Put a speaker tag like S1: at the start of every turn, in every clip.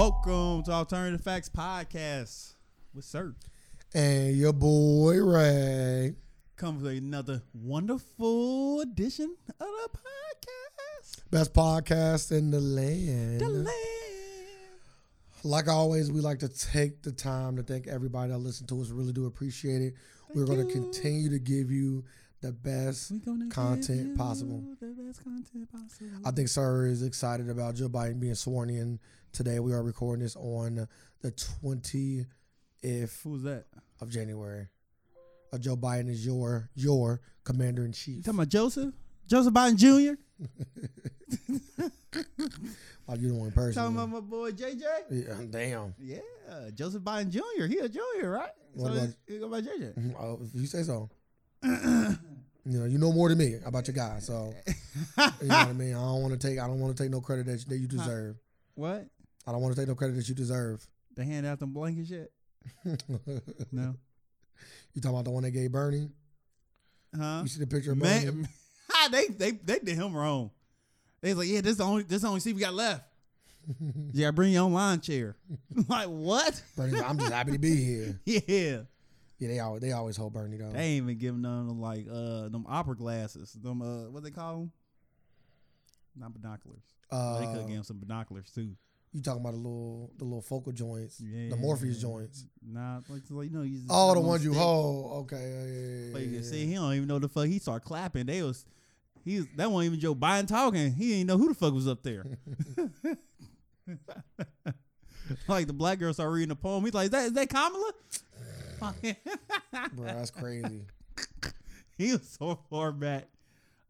S1: to Alternative Facts Podcast with Sir.
S2: And your boy Ray.
S1: Comes with another wonderful edition of the podcast.
S2: Best podcast in the land.
S1: The land.
S2: Like always, we like to take the time to thank everybody that listened to us. Really do appreciate it. We're going to
S1: you.
S2: continue to give you the best.
S1: We gonna give
S2: Content
S1: you
S2: possible.
S1: The best content possible.
S2: I think Sir is excited about Joe Biden being sworn in today. We are recording this on the 20th
S1: Who's that?
S2: of January. Uh, Joe Biden is your your commander in
S1: You
S2: chief.
S1: talking about Joseph? Joseph Biden Jr.
S2: Oh, you don't want person.
S1: Talking about my boy JJ.
S2: Yeah, damn.
S1: Yeah, Joseph Biden Jr. He a junior, right?
S2: What
S1: so
S2: about-
S1: you go by JJ.
S2: Mhm, Oh, if you say so. you know, you know more than me about your guy, so you know what I mean. I don't want to take. I don't want to take no credit that, that you deserve.
S1: What?
S2: I don't want to take no credit that you deserve.
S1: They hand out them blankets yet?
S2: you
S1: No.
S2: talking about the one that gave Bernie?
S1: Huh?
S2: You see the picture of Bernie?
S1: Man, they they they did him wrong. They was like, yeah, this the only this the only seat we got left. yeah, bring your own lawn chair. like what?
S2: Bernie's like, I'm just happy to be here.
S1: Yeah,
S2: Yeah, they always they always hold Bernie though.
S1: they ain't even giving none of like uh them opera glasses. Them uh what they call them? Not binoculars.
S2: Uh,
S1: they could give him some binoculars too.
S2: you talking about the little the little focal joints,
S1: Yeah,
S2: the Morpheus joints?
S1: Nah, like, like you know, you just
S2: Oh, the
S1: I'm on
S2: ones you
S1: stick.
S2: hold. Okay, yeah, yeah,
S1: But you
S2: yeah, yeah,
S1: can
S2: yeah.
S1: see he don't even know the fuck he started clapping. They was he was, that wasn't even Joe Biden talking. He didn't know who the fuck was up there. like the black girl started reading a poem. He's like, is that, is that Kamala?
S2: Bro, that's crazy.
S1: he was so far back.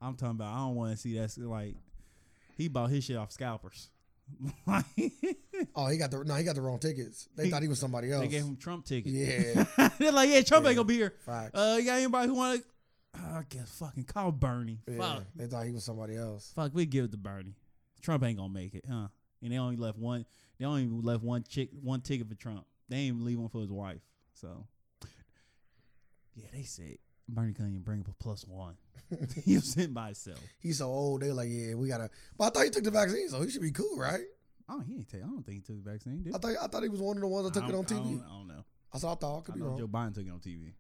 S1: I'm talking about I don't want to see that shit, like he bought his shit off scalpers. Like,
S2: Oh, he got the no, he got the wrong tickets. They
S1: He-
S2: thought he was somebody else.
S1: they gave him Trump tickets.
S2: yeah,
S1: They're like, yeah, Trump
S2: Yeah.
S1: ain't gonna be here.
S2: facts.
S1: Uh, you got anybody who wanna I guess fucking call Bernie.
S2: Yeah,
S1: Fuck.
S2: they thought he was somebody else.
S1: Fuck, we give it to Bernie. Trump ain't gonna make it, huh? And they only left one. They only even left one chick, one ticket for Trump. They ain't even leave one for his wife. So, yeah, they said Bernie couldn't even bring up a plus one. he was sitting by himself.
S2: He's so old. They like, yeah, we gotta. But I thought he took the vaccine, so he should be cool, right?
S1: Oh, he ain't take. I don't think he took the vaccine. Did he?
S2: I thought I thought he was one of the ones that took it
S1: don't-
S2: on
S1: I don't,
S2: TV.
S1: I don't know.
S2: I saw. I thought I could
S1: I
S2: be
S1: know
S2: wrong.
S1: Joe Biden took it on TV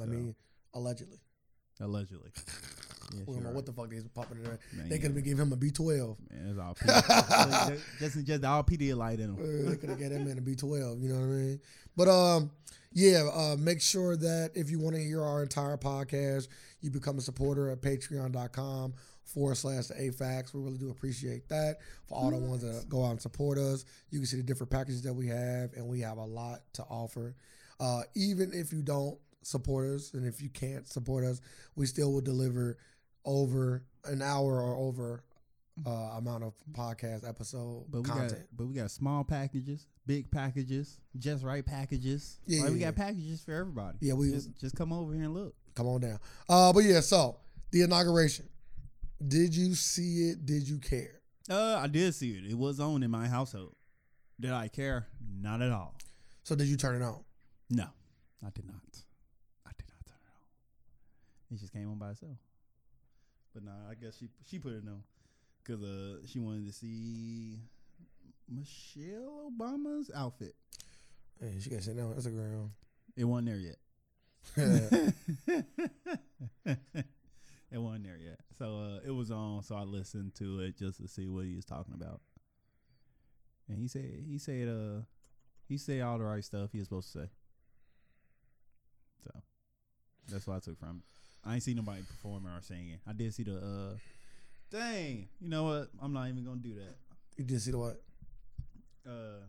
S2: I mean, allegedly.
S1: allegedly. Yeah,
S2: we don't know
S1: sure.
S2: what the fuck they was popping in there.
S1: Man,
S2: They could have been giving him a B twelve.
S1: Man, it's all PD. just just all PD light in him.
S2: Uh, they could have gave that man a B twelve. You know what I mean? But um, yeah. Uh, make sure that if you want to hear our entire podcast, you become a supporter at Patreon.com forward slash the AFAX. We really do appreciate that for all the ones that go out and support us. You can see the different packages that we have, and we have a lot to offer. Uh, even if you don't support us, and if you can't support us, we still will deliver over an hour or over. Uh, amount of podcast episode
S1: But we
S2: content.
S1: got but we got small packages, big packages, just right packages.
S2: Yeah,
S1: like we
S2: yeah,
S1: got packages for everybody.
S2: Yeah, we-
S1: just, just come over here and look.
S2: Come on down. Uh, but yeah, so the inauguration. Did you see it? Did you care?
S1: Uh, I did see it. It was on in my household. Did I care? Not at all.
S2: So did you turn it on?
S1: No, I did not. I did not turn it on. It just came on by itself. But no, I guess she she put it on because uh she wanted to see Michelle Obama's outfit.
S2: Hey, she got sitting on Instagram.
S1: It wasn't there yet.
S2: yeah,
S1: it wasn't there yet. So uh, it was on. So I listened to it just to see what he was talking about. And he said he said uh he said all the right stuff he was supposed to say. So that's what I took from it. I ain't seen nobody performing or singing. I did see the uh dang. You know what? I'm not even gonna do that.
S2: you did see the what?
S1: Uh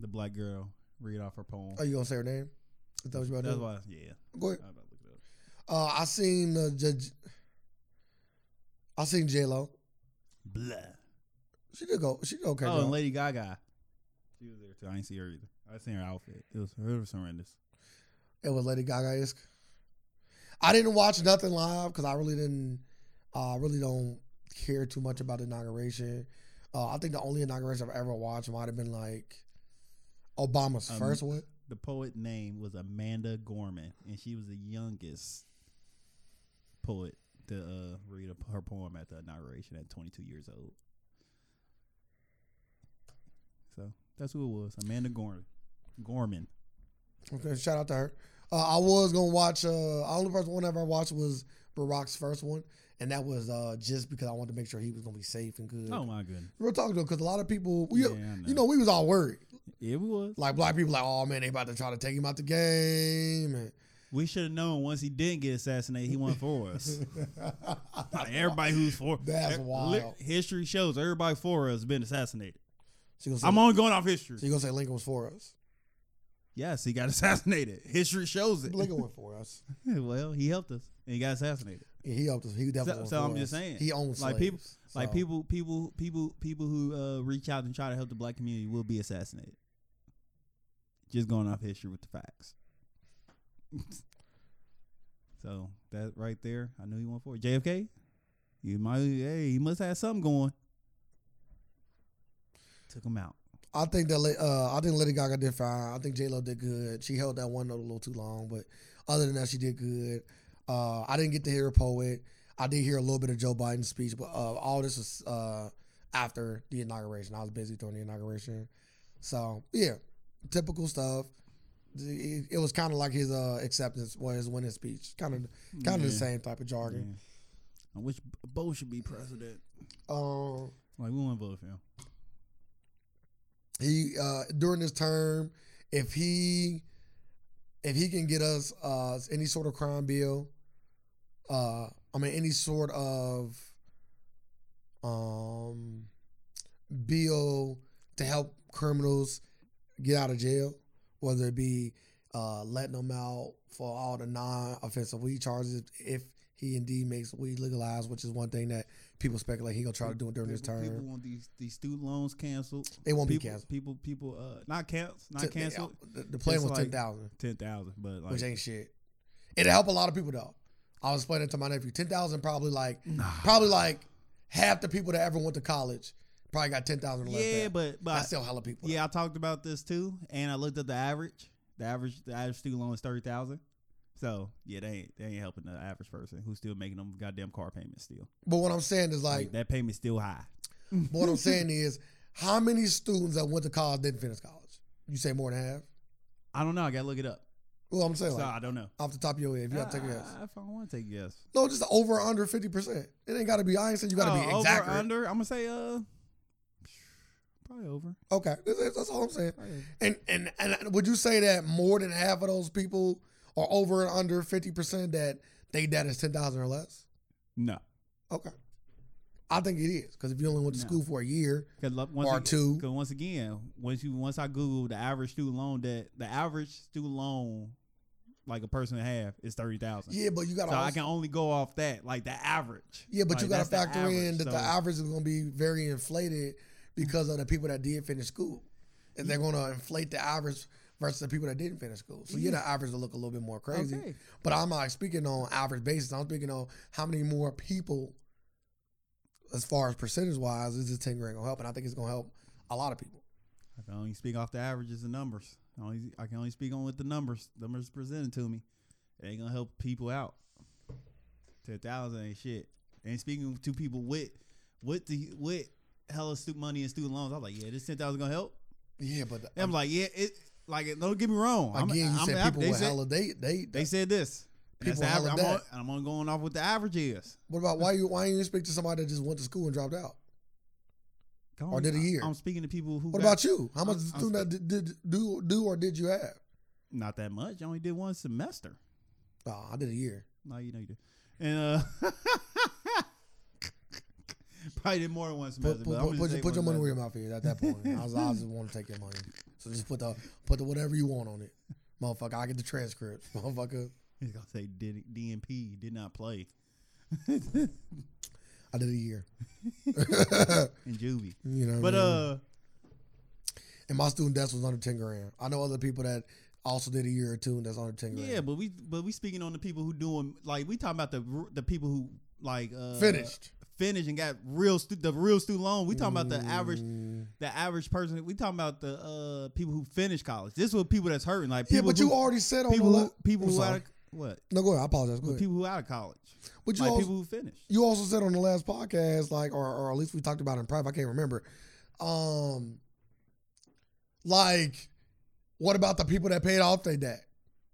S1: the black girl read off her poem.
S2: Are Oh, you gonna say her name? Is that what you about to
S1: That's
S2: do?
S1: why yeah.
S2: Go ahead.
S1: I'm about to look it up.
S2: Uh, I seen uh, J- I seen J Lo.
S1: Blah.
S2: She did go. She did okay.
S1: oh, and
S2: job.
S1: Lady Gaga. She was there too. I didn't see her either. I seen her outfit. It was her was horrendous.
S2: It was Lady Gaga esque. I didn't watch nothing live because I really didn't. I really don't care too much about the inauguration. Uh, I think the only inauguration I've ever watched might have been like Obama's
S1: Um,
S2: first one.
S1: The poet name was Amanda Gorman, and she was the youngest poet to uh, read a, her poem at the inauguration at 22 years old. So that's who it was. Amanda Gorman. Gorman.
S2: Okay, shout out to her. Uh, I was gonna watch. Uh, I only person one ever I watched was Barack's first one, and that was uh, just because I wanted to make sure he was gonna be safe and good.
S1: Oh my goodness.
S2: Real talk though, because a lot of people, we,
S1: yeah, I know.
S2: you know, we was all worried.
S1: it was.
S2: Like black people, like, oh man, they about to try to take him out the game. And
S1: We should have known once he didn't get assassinated, he won for us. Like, everybody who's for
S2: That's
S1: e- li-
S2: wild.
S1: history shows everybody for us has been assassinated.
S2: So you gonna say,
S1: I'm only going off history.
S2: so you gonna say Lincoln was for us?
S1: Yes, he got assassinated. History shows it.
S2: Lincoln went for us.
S1: well, he helped us and he got assassinated.
S2: Yeah, he helped us. He definitely.
S1: So-
S2: went
S1: so
S2: for
S1: I'm just
S2: us.
S1: saying,
S2: he owns
S1: like, people-
S2: slaves,
S1: Like
S2: so.
S1: people, people, people, people who uh, reach out and try to help the black community will be assassinated. Just going off history with the facts. so that right there, I knew he went for it. JFK. You might, hey, he must have something going. Took him out.
S2: I think that La- uh, I think Lady Gaga did fine. I think J Lo did good. She held that one note a little too long, but other than that, she did good. Uh, I didn't get to hear a poet. I did hear a little bit of Joe Biden's speech, but uh, all this was uh, after the inauguration. I was busy during the inauguration, so yeah, typical stuff. It, it was kind of like his uh, acceptance, well, his winning speech, kind of kind of the
S1: Yeah.
S2: same type of jargon.
S1: Yeah. I wish B- Bo should be president.
S2: Um,
S1: Like we want to vote for him.
S2: he uh during his term if he if he can get us uh any sort of crime bill uh i mean any sort of um bill to help criminals get out of jail whether it be uh letting them out for all the non-offensive weed charges if he indeed makes weed legalized which is one thing that people speculate he gonna try to do during his
S1: People- People
S2: term
S1: want these these student loans canceled.
S2: They won't be
S1: people,
S2: canceled.
S1: People people uh not canceled not
S2: Ten-
S1: canceled
S2: The, the plan
S1: It's
S2: was
S1: like-
S2: ten thousand,
S1: ten thousand, but like
S2: which ain't shit. It'll help a lot of people though. I was explaining to my nephew ten thousand probably like probably like half the people that ever went to college probably got ten thousand.
S1: yeah,
S2: left
S1: but but
S2: that's still hella people.
S1: yeah, I talked about this too, and I looked at the average. The average the average student loan is thirty thousand. So yeah, they ain't they ain't helping the average person who's still making them goddamn car payments still.
S2: But what I'm saying is like,
S1: Like, that payment's still high.
S2: but what I'm saying is how many students that went to college didn't finish college? You say more than half.
S1: I don't know. I gotta look it up.
S2: Well, I'm saying
S1: so
S2: like
S1: I don't know.
S2: off the top of your head, if you gotta take a guess.
S1: Ah, If I want to take a guess,
S2: No, just over or under fifty percent. It ain't gotta be. I ain't saying you gotta
S1: Oh,
S2: be exact.
S1: Over under. I'm gonna say uh, probably over.
S2: Okay, that's, that's all I'm saying.
S1: Probably over.
S2: And and and would you say that more than half of those people are over and under fifty percent that they debt is ten thousand or less?
S1: No,
S2: Okay, I think it is because if you only went to
S1: No.
S2: school for a year
S1: because once
S2: or
S1: ag-
S2: two,
S1: 'cause once again, once you once I Google the average student loan debt, the average student loan like a person have is thirty thousand.
S2: yeah, but you got
S1: So
S2: to
S1: I can only go off that, like the average.
S2: yeah, but
S1: Like,
S2: you got
S1: that's
S2: to
S1: the
S2: factor in
S1: average,
S2: that the
S1: so-
S2: average is going to be very inflated because of the people that did finish school, and they're going to inflate the average versus the people that didn't finish school. So yeah, the average will look a little bit more crazy.
S1: Okay.
S2: But I'm not speaking on average basis. I'm speaking on how many more people, as far as percentage wise, is this 10 grand gonna help? And I think it's gonna help a lot of people.
S1: I can only speak off the averages and numbers. I, only, I can only speak on what the numbers numbers presented to me. It ain't gonna help people out. Ten thousand ain't shit. And speaking to people with with the with hella student money and student loans, I was like, yeah, this ten thousand gonna help.
S2: Yeah, but
S1: And I'm like, yeah, it like don't get me wrong. I'm,
S2: again, you
S1: I'm
S2: said
S1: happy.
S2: people
S1: they
S2: with
S1: said,
S2: hella they they,
S1: they said this. And that's
S2: People
S1: the
S2: hella
S1: average. I'm on,
S2: debt.
S1: and I'm only going off what the average is.
S2: What about why you why you speak to somebody that just went to school and dropped out?
S1: Come
S2: Or
S1: on,
S2: did a
S1: I-
S2: year.
S1: I'm speaking to people who
S2: What
S1: got-
S2: about you? How much
S1: I'm- I'm
S2: student that did, did do do or did you have?
S1: Not that much. I only did one semester.
S2: Oh, I did a year.
S1: No, you know you did. And uh probably did more than one semester.
S2: Put,
S1: but I'm
S2: put, put,
S1: gonna
S2: put,
S1: say
S2: your- put your
S1: one
S2: money where
S1: semester.
S2: your mouth is at that point. I, was, I just want to take your money. So just put the put the whatever you want on it. Motherfucker, I get the transcripts. Motherfucker.
S1: He's gonna say did DNP did not play
S2: I did a year.
S1: in juvie.
S2: You know, what
S1: But
S2: I mean?
S1: uh,
S2: and my student debt was under ten grand. I know other people that also did a year or two and that's under ten grand.
S1: yeah, but we but we speaking on the people who doing like we talking about the r- the people who like uh
S2: finished.
S1: finished and got real stu- the real student loan. We talking about the average
S2: Mm.
S1: the average person. We talking about the uh people who finished college. This is what people that's hurting like
S2: Yeah,
S1: people
S2: but you
S1: who,
S2: already said on
S1: people
S2: the
S1: who,
S2: la-
S1: people
S2: I'm
S1: who out
S2: sorry.
S1: of what
S2: no, go ahead. I apologize. Go ahead.
S1: people who out of college
S2: but you
S1: like
S2: also,
S1: people who finished.
S2: you also said on the last podcast, like, or or at least we talked about it in private. I can't remember. Um, Like, what about the people that paid off their debt?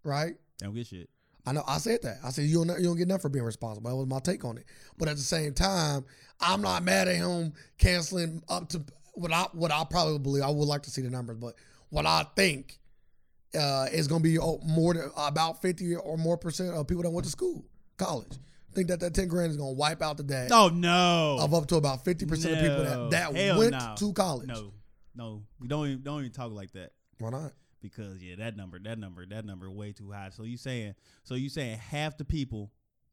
S2: Right?
S1: They don't get shit.
S2: I know I said that. I said you don't you don't get nothing for being responsible. That was my take on it. But at the same time, I'm not mad at him canceling up to what I what I probably believe. I would like to see the numbers, but what I think uh, is going to be oh, more than about 50 or more percent of people that went to school, college. Think that that 10 grand is going to wipe out the debt
S1: Oh no.
S2: of up to about 50% of people
S1: No.
S2: that, that
S1: Hell
S2: went
S1: no.
S2: to college.
S1: No, no, we don't even, don't even talk like that
S2: Why not?
S1: because yeah, that number, that number, that number, way too high. So you saying, so you saying half the people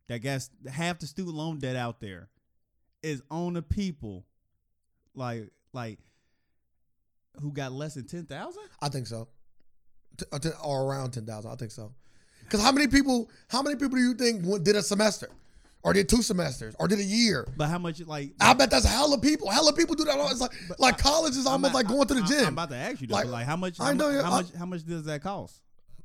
S1: that got half the student loan debt out there is on the people like like who got less than ten thousand?
S2: I think so. T- uh, t- or around 10,000. I think so. Because how many people, how many people do you think went, did a semester or did two semesters or did a year?
S1: But how much like?
S2: I bet that's hella people. Hella people do that. all- It's like,
S1: But
S2: like
S1: I-
S2: college is
S1: I'm
S2: almost
S1: not-
S2: like going to the
S1: I-
S2: gym.
S1: I'm about to ask you though,
S2: Like,
S1: but, like how much?
S2: I
S1: How,
S2: know,
S1: much,
S2: yeah,
S1: how
S2: I-
S1: much? How much does that cost?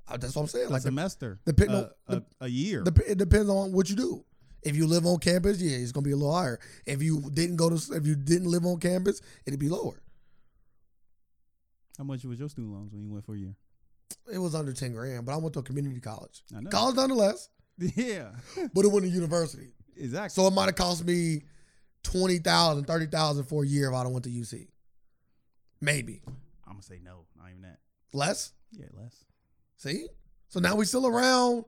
S2: Uh, that's what I'm saying.
S1: A
S2: Like,
S1: semester?
S2: the pick-
S1: a,
S2: no,
S1: a, a year?
S2: Dep- it depends on what you do. If you live on campus, yeah, it's gonna be a little higher. If you didn't go to, if you didn't live on campus, it'd be lower.
S1: how much was your student loans when you went for a year?
S2: It was under ten grand, but I went to a community college,
S1: I know.
S2: college nonetheless,
S1: yeah,
S2: but it went to university,
S1: exactly.
S2: so it might have cost me twenty thousand, thirty thousand for a year if I don't went to UC. Maybe
S1: I'm gonna say no, not even that.
S2: less.
S1: Yeah, less.
S2: See, so now we still around.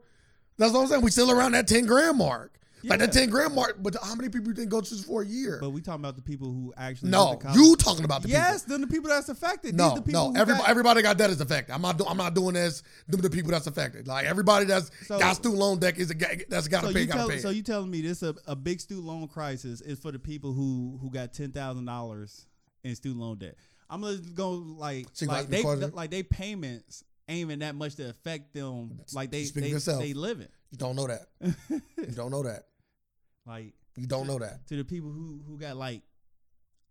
S2: That's what I'm saying. We still around that ten grand mark. Like that
S1: Yeah.
S2: ten grand mark. But how many people you think go to this for a year?
S1: But we talking about the people who actually
S2: no,
S1: went to college.
S2: you talking about the people.
S1: yes, then the people that's affected. These
S2: No,
S1: the people
S2: no.
S1: who
S2: Everybody,
S1: got-
S2: everybody got debt is affected. I'm not. Do, I'm not doing this. Them the people that's affected. Like everybody that's
S1: So-
S2: got student loan debt is a ga- that's got to
S1: so
S2: pay.
S1: you
S2: Got to
S1: tell,
S2: pay.
S1: so you telling me this a, a big student loan crisis is for the people who who got ten thousand dollars in student loan debt. I'm gonna go like
S2: So you
S1: like
S2: like
S1: they
S2: because-
S1: like they payments ain't even that much to affect them. Like they
S2: Speak for
S1: they,
S2: yourself.
S1: they living
S2: you don't know that. You don't know that.
S1: like
S2: You don't know that.
S1: to the people who who got like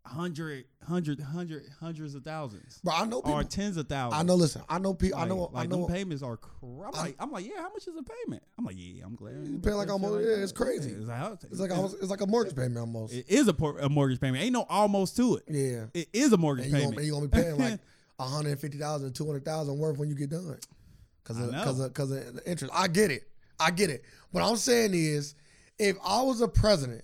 S1: hundred hundred hundred hundreds of thousands
S2: But I know
S1: or
S2: people.
S1: tens of thousands.
S2: I know. Listen, I know people.
S1: Oh. Like,
S2: I know.
S1: like
S2: I know.
S1: them payments are. Cr- I'm
S2: I-
S1: like, I'm like, yeah. How much is a payment? I'm like, yeah. I'm glad.
S2: You pay like
S1: Shit
S2: almost- yeah, it's
S1: that.
S2: crazy.
S1: Yeah, It's like, oh,
S2: It's like almost, it's like a mortgage payment almost.
S1: It is a, por- a mortgage payment. Ain't no almost to it.
S2: yeah.
S1: It is a mortgage
S2: And you
S1: payment.
S2: gonna, you gonna be paying like a hundred and fifty thousand, two hundred thousand worth when you get done, because
S1: I
S2: of
S1: know.
S2: because of because of the interest. I get it. I get it. What I'm saying is, if I was a president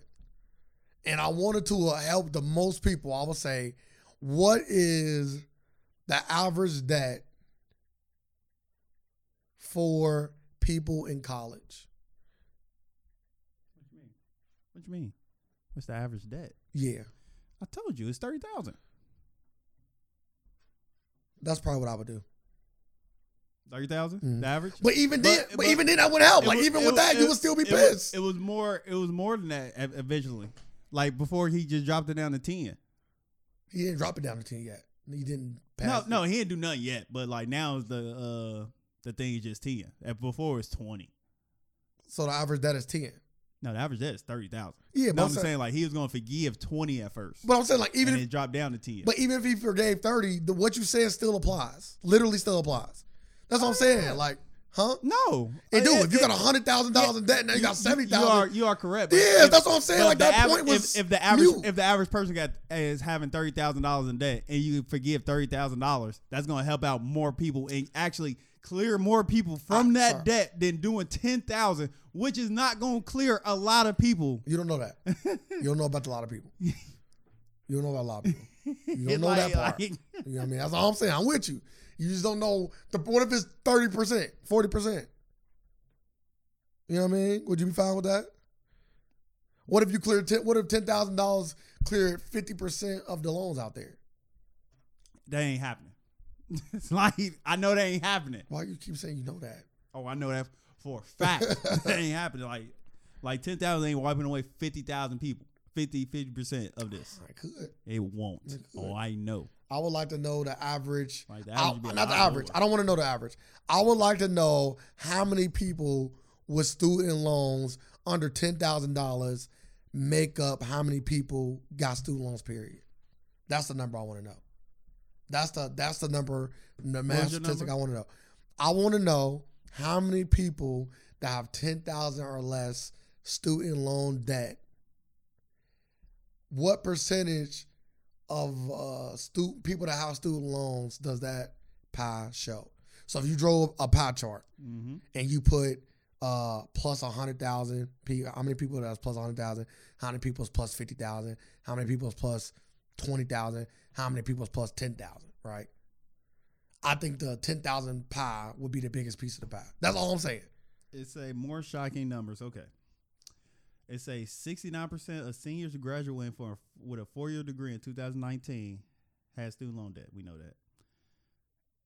S2: and I wanted to uh, help the most people, I would say, what is the average debt for people in college?
S1: what you mean? What you mean? What's the average debt?
S2: Yeah,
S1: I told you, it's thirty thousand.
S2: that's probably what I would do.
S1: Thirty thousand.
S2: Mhm.
S1: The average.
S2: But even then,
S1: But-
S2: but,
S1: but-
S2: even then, that would help.
S1: It
S2: Like
S1: was-
S2: even
S1: it
S2: with
S1: was-
S2: that, you
S1: it-
S2: would still be
S1: it was-
S2: pissed.
S1: It was more. It was more than that. ev- Eventually, like before he just dropped it down to ten.
S2: He didn't drop it down to ten yet. He didn't
S1: No,
S2: pass. it.
S1: no, he didn't do nothing yet. But like now is the uh the thing is just ten. And Before it's twenty.
S2: So the average debt is ten.
S1: No, the average debt is thirty thousand.
S2: Yeah,
S1: No,
S2: but
S1: I'm
S2: I'm saying,
S1: saying like he was gonna forgive twenty at first,
S2: but I'm saying like even
S1: and
S2: if,
S1: it dropped down to ten.
S2: but even if he forgave thirty, the, what you said still applies. Literally still applies. That's what I'm saying. Like, huh?
S1: no,
S2: It do.
S1: Uh,
S2: If you got
S1: it-
S2: a hundred thousand dollars in debt, now you got seventy
S1: You are
S2: thousand.
S1: you are correct. but
S2: Yeah,
S1: if-
S2: that's what I'm saying.
S1: but
S2: Like
S1: the
S2: that
S1: average-
S2: point was
S1: if, if the average
S2: new.
S1: if the average person got is having thirty thousand dollars in debt, and you forgive thirty thousand dollars, that's gonna help out more people and actually clear more people from
S2: I-
S1: that
S2: Ah, sorry.
S1: debt than doing ten thousand, which is not gonna clear a lot of people.
S2: You don't know that. you don't know about a lot of people. You don't know about a lot of people. You don't know
S1: Like-
S2: that part.
S1: like-
S2: You know what I mean? That's all I'm saying. I'm with you. You just don't know the what if it's thirty percent, forty percent. You know what I mean? Would you be fine with that? What if you cleared ten? What if ten thousand dollars cleared fifty percent of the loans out there?
S1: that ain't happening. it's like I know that ain't happening.
S2: Why you keep saying you know that?
S1: Oh, I know that for a fact. that ain't happening. Like, like ten thousand ain't wiping away fifty thousand people. 50 percent of this,
S2: I could.
S1: it won't. Oh, I know.
S2: I would like to know the average.
S1: Like the
S2: I-
S1: average would be a
S2: not the
S1: lot
S2: average.
S1: lower.
S2: I don't want to know the average. I would like to know how many people with student loans under ten thousand dollars make up how many people got student loans. Period. That's the number I want to know. That's the that's the number the math
S1: was your
S2: statistic
S1: number?
S2: I want to know. I want to know how many people that have ten thousand or less student loan debt. What percentage of uh, stu- people that have student loans does that pie show. So if you drove a pie chart
S1: Mm-hmm.
S2: and you put uh plus a hundred thousand people, how many people that's plus a hundred thousand, how many people is plus fifty thousand, how many people is plus twenty thousand, how many people is plus ten thousand, right? I think the ten thousand pie would be the biggest piece of the pie. That's all I'm saying.
S1: It's a more shocking numbers. Okay. It's a 69% of seniors graduating for a, with a four year degree in 2019 had student loan debt. We know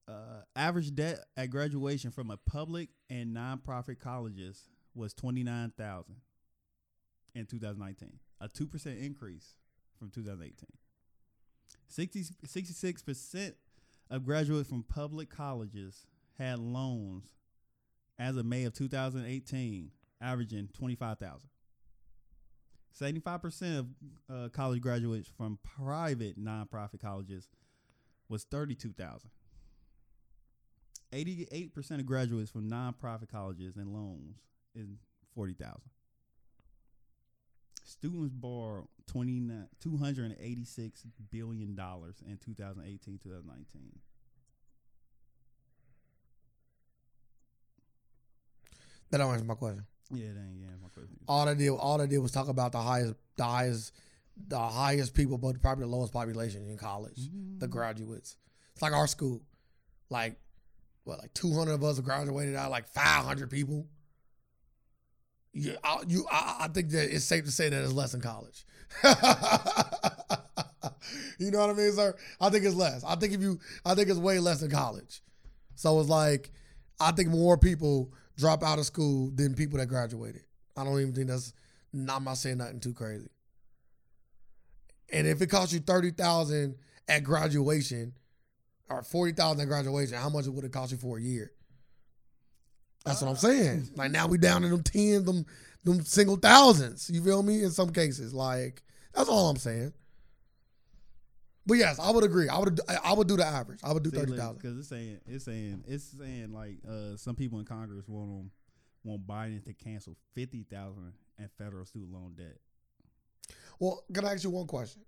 S1: that. Uh, average debt at graduation from a public and nonprofit colleges was 29,000 in 2019, a 2% increase from 2018. 60, 66% of graduates from public colleges had loans as of May of 2018, averaging 25,000. 75% of uh, college graduates from private nonprofit colleges was 32,000. 88% of graduates from nonprofit colleges and loans is 40,000. Students borrowed 29 $286 billion dollars in 2018 2019.
S2: That don't answer my question.
S1: Yeah, that ain't, yeah, that's my question.
S2: All I did, all I did was talk about the highest, the highest, the highest people, but probably the lowest population in college. The graduates. It's like our school, like what, like two hundred of us graduated out, of, like five hundred people. You, I, you, I, I think that it's safe to say that it's less in college. you know what I mean, sir? I think it's less. I think if you, I think it's way less in college. So it's like, I think more people drop out of school than people that graduated. I don't even think that's. I'm not saying nothing too crazy. And if it cost you thirty thousand at graduation, or forty thousand at graduation, how much would it cost you for a year? That's what I'm saying. Like now we down to them ten, them them single thousands. You feel me? In some cases, like that's all I'm saying. But yes, I would agree. I would I I would do the average. I would do thirty thousand.
S1: Because it's saying it's saying it's saying like uh, some people in Congress want 'em- want Biden to cancel fifty thousand in federal student loan debt.
S2: Well, can I ask you one question?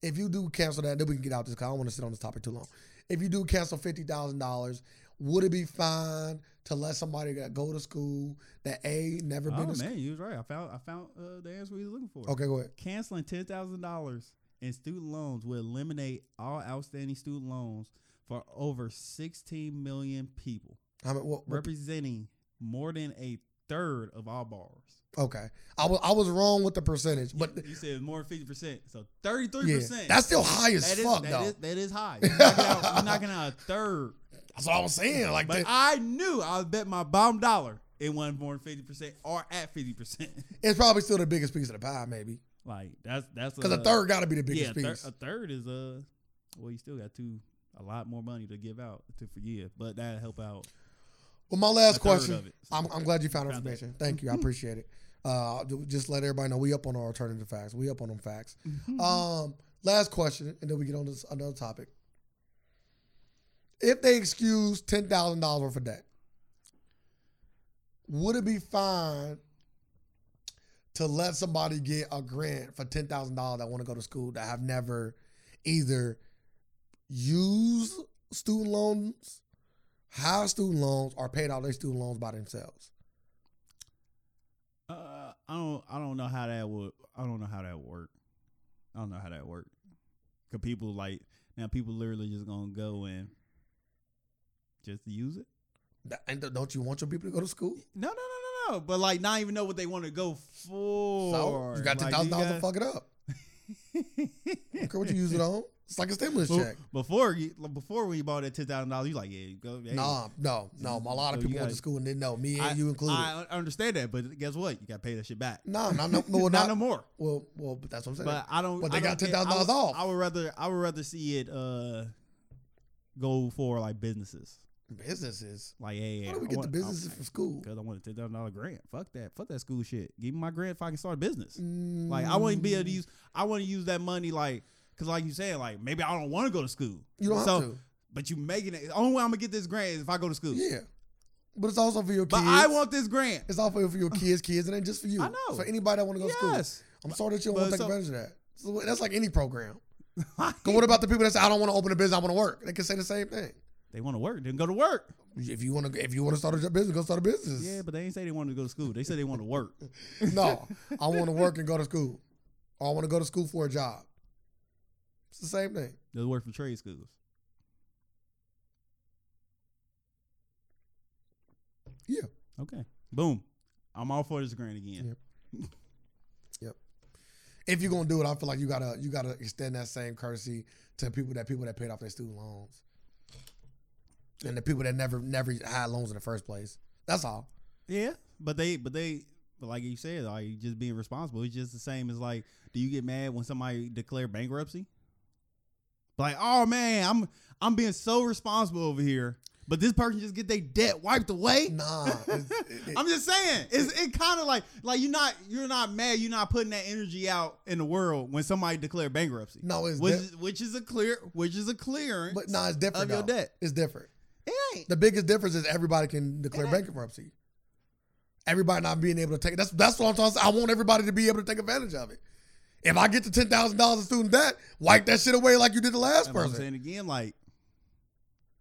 S2: If you do cancel that, then we can get out this. Cause I don't want to sit on this topic too long. If you do cancel fifty thousand dollars, would it be fine to let somebody that go to school that a never
S1: Oh
S2: been to
S1: man,
S2: school?
S1: you was right. I found I found uh, the answer we was looking for.
S2: Okay, go ahead.
S1: Canceling ten thousand dollars in student loans will eliminate all outstanding student loans for over sixteen million people,
S2: How many, what, what-
S1: representing more than a third of all borrowers.
S2: okay, I was I was wrong with the percentage, but
S1: you said more than fifty percent, so thirty three
S2: yeah,
S1: percent.
S2: that's still high as
S1: That is,
S2: fuck,
S1: that
S2: though.
S1: is that is high. You're knocking, out, you're knocking out a third.
S2: that's what I was saying. Like,
S1: But
S2: that-
S1: I knew I would bet my bottom dollar it wasn't more than fifty percent or at fifty percent.
S2: it's probably still the biggest piece of the pie, maybe,
S1: Like that's that's
S2: because a third got to be the
S1: uh, Yeah,
S2: biggest
S1: a, thir-
S2: piece.
S1: a third is uh well you still got two a lot more money to give out to for you, but that help out.
S2: Well, my
S1: a
S2: last
S1: third
S2: question.
S1: of it.
S2: I'm, I'm glad you found
S1: Found it.
S2: information. Thank you. I appreciate it. Uh, ju- just let everybody know we up on our alternative facts. We up on them facts.
S1: Mm-hmm.
S2: um, last question, and then we get on to s- another topic. If they excuse ten thousand dollars worth of debt, would it be fine to let somebody get a grant for ten thousand dollars that want to go to school that have never either used student loans, high student loans, or paid all their student loans by themselves?
S1: Uh, I don't I don't know how that would I don't know how that would work. I don't know how that would work. Cause people like now people literally just gonna go and just use it.
S2: That- and don't you want your people to go to school?
S1: No, no, no, no, no. But like, not even know what they want to go for.
S2: So you got ten
S1: Like, you
S2: thousand dollars to
S1: got-
S2: fuck it up. Look what you use it on. It's like a stimulus
S1: Well,
S2: check.
S1: Before you, before when you bought that ten thousand dollars, you like, yeah, you go. Hey,
S2: Nah, no, no. A lot of
S1: So you
S2: people went
S1: gotta-
S2: to school and didn't know. Me and
S1: I,
S2: you included.
S1: I understand that, but guess what? You got to pay that shit back.
S2: no, no, no, no,
S1: not,
S2: not,
S1: no more.
S2: Well, well, but that's what I'm saying.
S1: But I don't.
S2: But they
S1: I don't
S2: got
S1: care. I
S2: $10,000
S1: would-
S2: off.
S1: I would rather. I would rather see it uh, go for like businesses.
S2: businesses.
S1: Like, hey,
S2: How do we get the businesses from school?
S1: Because I want a ten thousand dollar grant. Fuck that. Fuck that school shit. Give me my grant if I can start a business. Like I want to be able
S2: Mm.
S1: to use. I want to use that money like because like you said like maybe I don't want to go to school.
S2: You don't
S1: So,
S2: have to.
S1: But you making it. The only way I'm gonna get this grant is if I go to school.
S2: Yeah, but it's also for your
S1: But
S2: kids.
S1: I want this grant.
S2: It's also for your kids, kids, and ain't just for you.
S1: I know.
S2: For anybody that want to go to school.
S1: Yes.
S2: I'm sorry that you don't want to
S1: But
S2: take
S1: so-
S2: advantage of that. So that's like any program.
S1: Like,
S2: But what about the people that say I don't want to open a business? I want to work. They can say the same thing.
S1: They want to work, then go to work.
S2: If you want to, if you want to start a business, go start a business.
S1: Yeah, but they ain't say they wanted to go to school. They said they want to work.
S2: no, I want to work and go to school. Or I want to go to school for a job. It's the same thing.
S1: They work from trade schools.
S2: Yeah.
S1: Okay. Boom. I'm all for this grant again.
S2: Yep. If you're gonna do it, I feel like you gotta you gotta extend that same courtesy to people that people that paid off their student loans, and the people that never never had loans in the first place. That's all.
S1: Yeah, but they, but they, but like you said, like just being responsible. It's just the same as like, do you get mad when somebody declare bankruptcy? Like, oh man, I'm I'm being so responsible over here, but this person just get their debt wiped away.
S2: Nah. it's- it- it-
S1: I'm just saying, it's it kind of like like you're not you're not mad, you're not putting that energy out in the world when somebody declare bankruptcy,
S2: no, it's
S1: which
S2: di-
S1: is- which is a clear which is a clearance
S2: but nah, it's different.
S1: of your
S2: though.
S1: debt.
S2: It's different.
S1: It ain't.
S2: The biggest difference is everybody can declare
S1: Yeah.
S2: bankruptcy. Everybody not being able to take that's that's what I'm talking. I want everybody to be able to take advantage of it. If I get to ten thousand dollars in student debt, wipe that shit away like you did the last
S1: That's what I'm
S2: person.
S1: saying again, like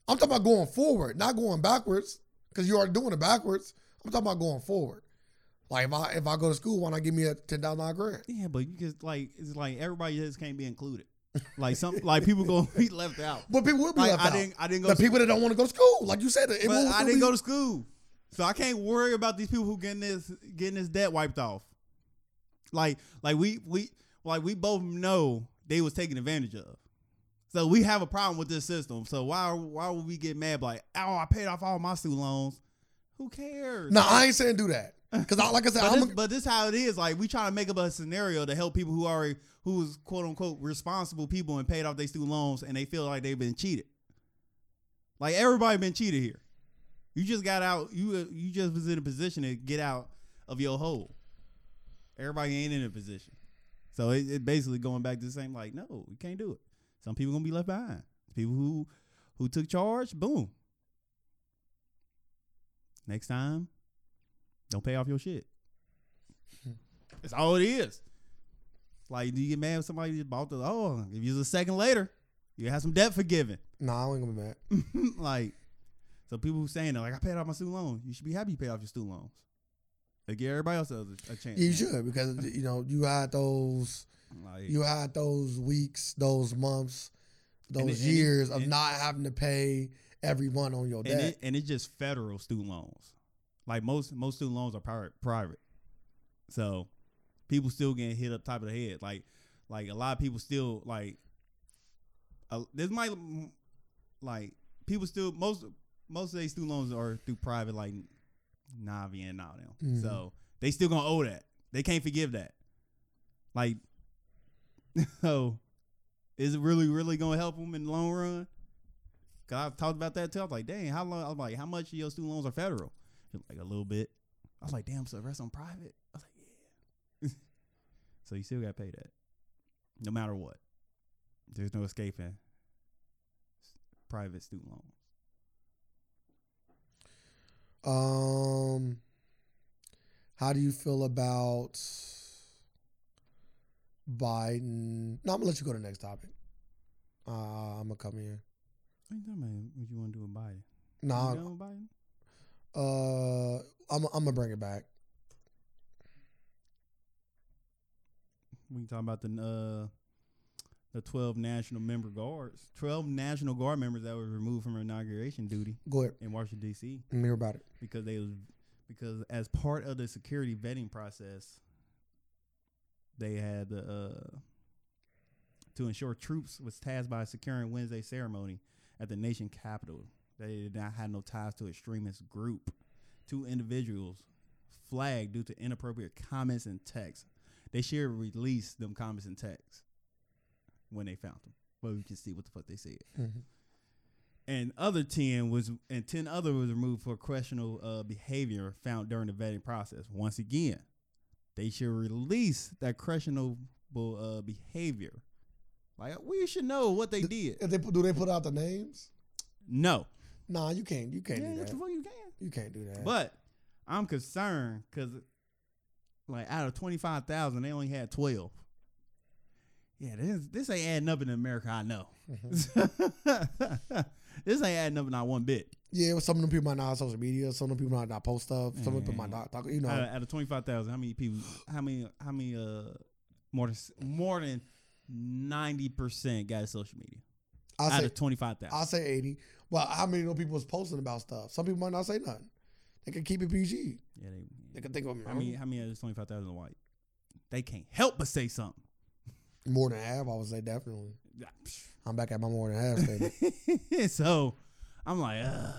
S2: I'm talking about going forward, not going backwards, because you are doing it backwards. I'm talking about going forward. Like if I if I go to school, why not give me a ten thousand dollar grant?
S1: Yeah, but you just like it's like everybody just can't be included. Like some like people gonna be left out.
S2: But people will be
S1: Like,
S2: left
S1: I
S2: out.
S1: didn't I didn't go
S2: the
S1: to
S2: people that don't want to go to school, like you said, it
S1: school,
S2: will
S1: but I
S2: still
S1: didn't
S2: be-
S1: go to school. So I can't worry about these people who getting this getting this debt wiped off. Like like we we like we both know they was taken advantage of. So we have a problem with this system. So why why would we get mad like, oh I paid off all my student loans? Who cares?
S2: No, I ain't saying do that because I like I said,
S1: But
S2: I'm
S1: this,
S2: a,
S1: but this how it is. Like we trying to make up a scenario to help people who already who is quote unquote responsible people and paid off their student loans and they feel like they've been cheated. Like everybody been cheated here. You just got out. You you just was in a position to get out of your hole. Everybody ain't in a position. So it, it basically going back to the same. Like no, you can't do it. Some people gonna be left behind. People who who took charge. Boom. Next time, don't pay off your shit. That's all it is. Like, do you get mad if somebody just bought the? Oh, if you was a second later, you have some debt forgiven.
S2: no, I ain't gonna be mad.
S1: like, so people who saying that, like, I paid off my student loan. You should be happy you paid off your student loans. Like, give everybody else a, a chance.
S2: Yeah, you should because you know you had those
S1: Like,
S2: you had those weeks, those months, those
S1: And it- and it-
S2: years of
S1: and-
S2: not having to pay everyone on your
S1: and
S2: debt.
S1: it, and it's just federal student loans. Like most most student loans are private, private. So people still getting hit up top of the head. Like like a lot of people still like uh, this might like people still most most of these student loans are through private like Navi and all them.
S2: Mhm.
S1: So they still gonna owe that. They can't forgive that. Like so is it really really gonna help them in the long run? Cause I've talked about that too. I was like, dang, how long? I was like, how much of your student loans are federal? He was like a little bit. I was like, damn, so the rest on private. I was like, yeah. so you still got to pay that, no matter what. There's no escaping s- private student loans.
S2: Um, how do you feel about Biden? No, I'm gonna let you go to the next topic. Uh, I'm gonna come here.
S1: What you talking about? What you want to do with Biden?
S2: No,
S1: You
S2: nah,
S1: done with Biden?
S2: uh, I'm I'm gonna bring it back.
S1: We can talk about the uh, the twelve national member guards, twelve national guard members that were removed from inauguration duty
S2: Go ahead.
S1: in Washington D.C.
S2: Let me hear about it.
S1: because they was because as part of the security vetting process, they had uh, to ensure troops was tasked by securing Wednesday ceremony at the nation capital. They did not have no ties to extremist group. Two individuals flagged due to inappropriate comments and texts. They should release them comments and texts when they found them. But we can see what the fuck they said
S2: Mhm.
S1: and other 10 was and 10 other was removed for questionable uh, behavior found during the vetting process once again they should release that questionable uh, behavior like we should know what they did
S2: If they put, do they put out the names?
S1: no
S2: Nah, you can't. You can't
S1: yeah,
S2: do
S1: what
S2: that.
S1: the fuck you can
S2: You can't do that.
S1: but i'm concerned because like out of 25000 they only had 12
S2: Mm-hmm.
S1: yeah this, this ain't adding up in america i know
S2: Mhm.
S1: so this ain't adding up not one bit.
S2: Yeah, well, some of them people might not have social media. Some of them people might not post stuff. Some of them people might
S1: Yeah.
S2: not talk. You know,
S1: Mm. Out of, out of twenty five thousand, how many people? How many? How many? Uh, more than s- more than ninety percent got a social media.
S2: I'll
S1: out
S2: say
S1: of twenty five thousand,
S2: I'll say eighty. But how many of them people was posting about stuff? Some people might not say nothing. They can keep it PG.
S1: yeah,
S2: They
S1: they.
S2: can think of
S1: How many? How many out of twenty five thousand white? They can't help but say something.
S2: more than half. I would say definitely. I'm back at my more than half statement.
S1: so I'm like, Ugh.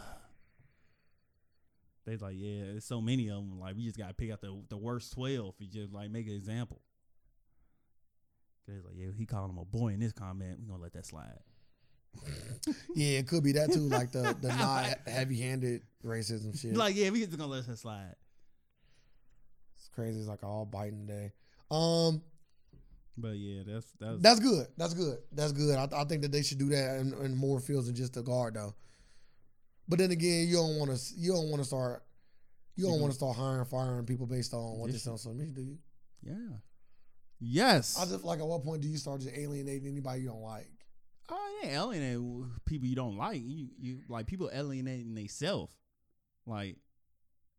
S1: they like, yeah, there's so many of them. Like, we just gotta pick out the the worst twelve. You just like make an example. They was like, yeah, he calling him a boy in this comment. We gonna let that slide.
S2: yeah, it could be that too. Like the the not heavy handed racism shit.
S1: Like, yeah, we just gonna let that slide.
S2: it's crazy. It's like all biting day. Um,
S1: But yeah, that's that's
S2: that's good. That's good. That's good. I, I think that they should do that in, in more fields than just the guard though. But then again, you don't want to. You don't want to start. You
S1: You
S2: don't
S1: go-
S2: want to start hiring, firing people based on what they say on social media, do you?
S1: yeah. Yes.
S2: I just like at what point do you start just alienating anybody you don't like?
S1: Oh, they alienate w- people you don't like. You you like people alienating themselves. Like,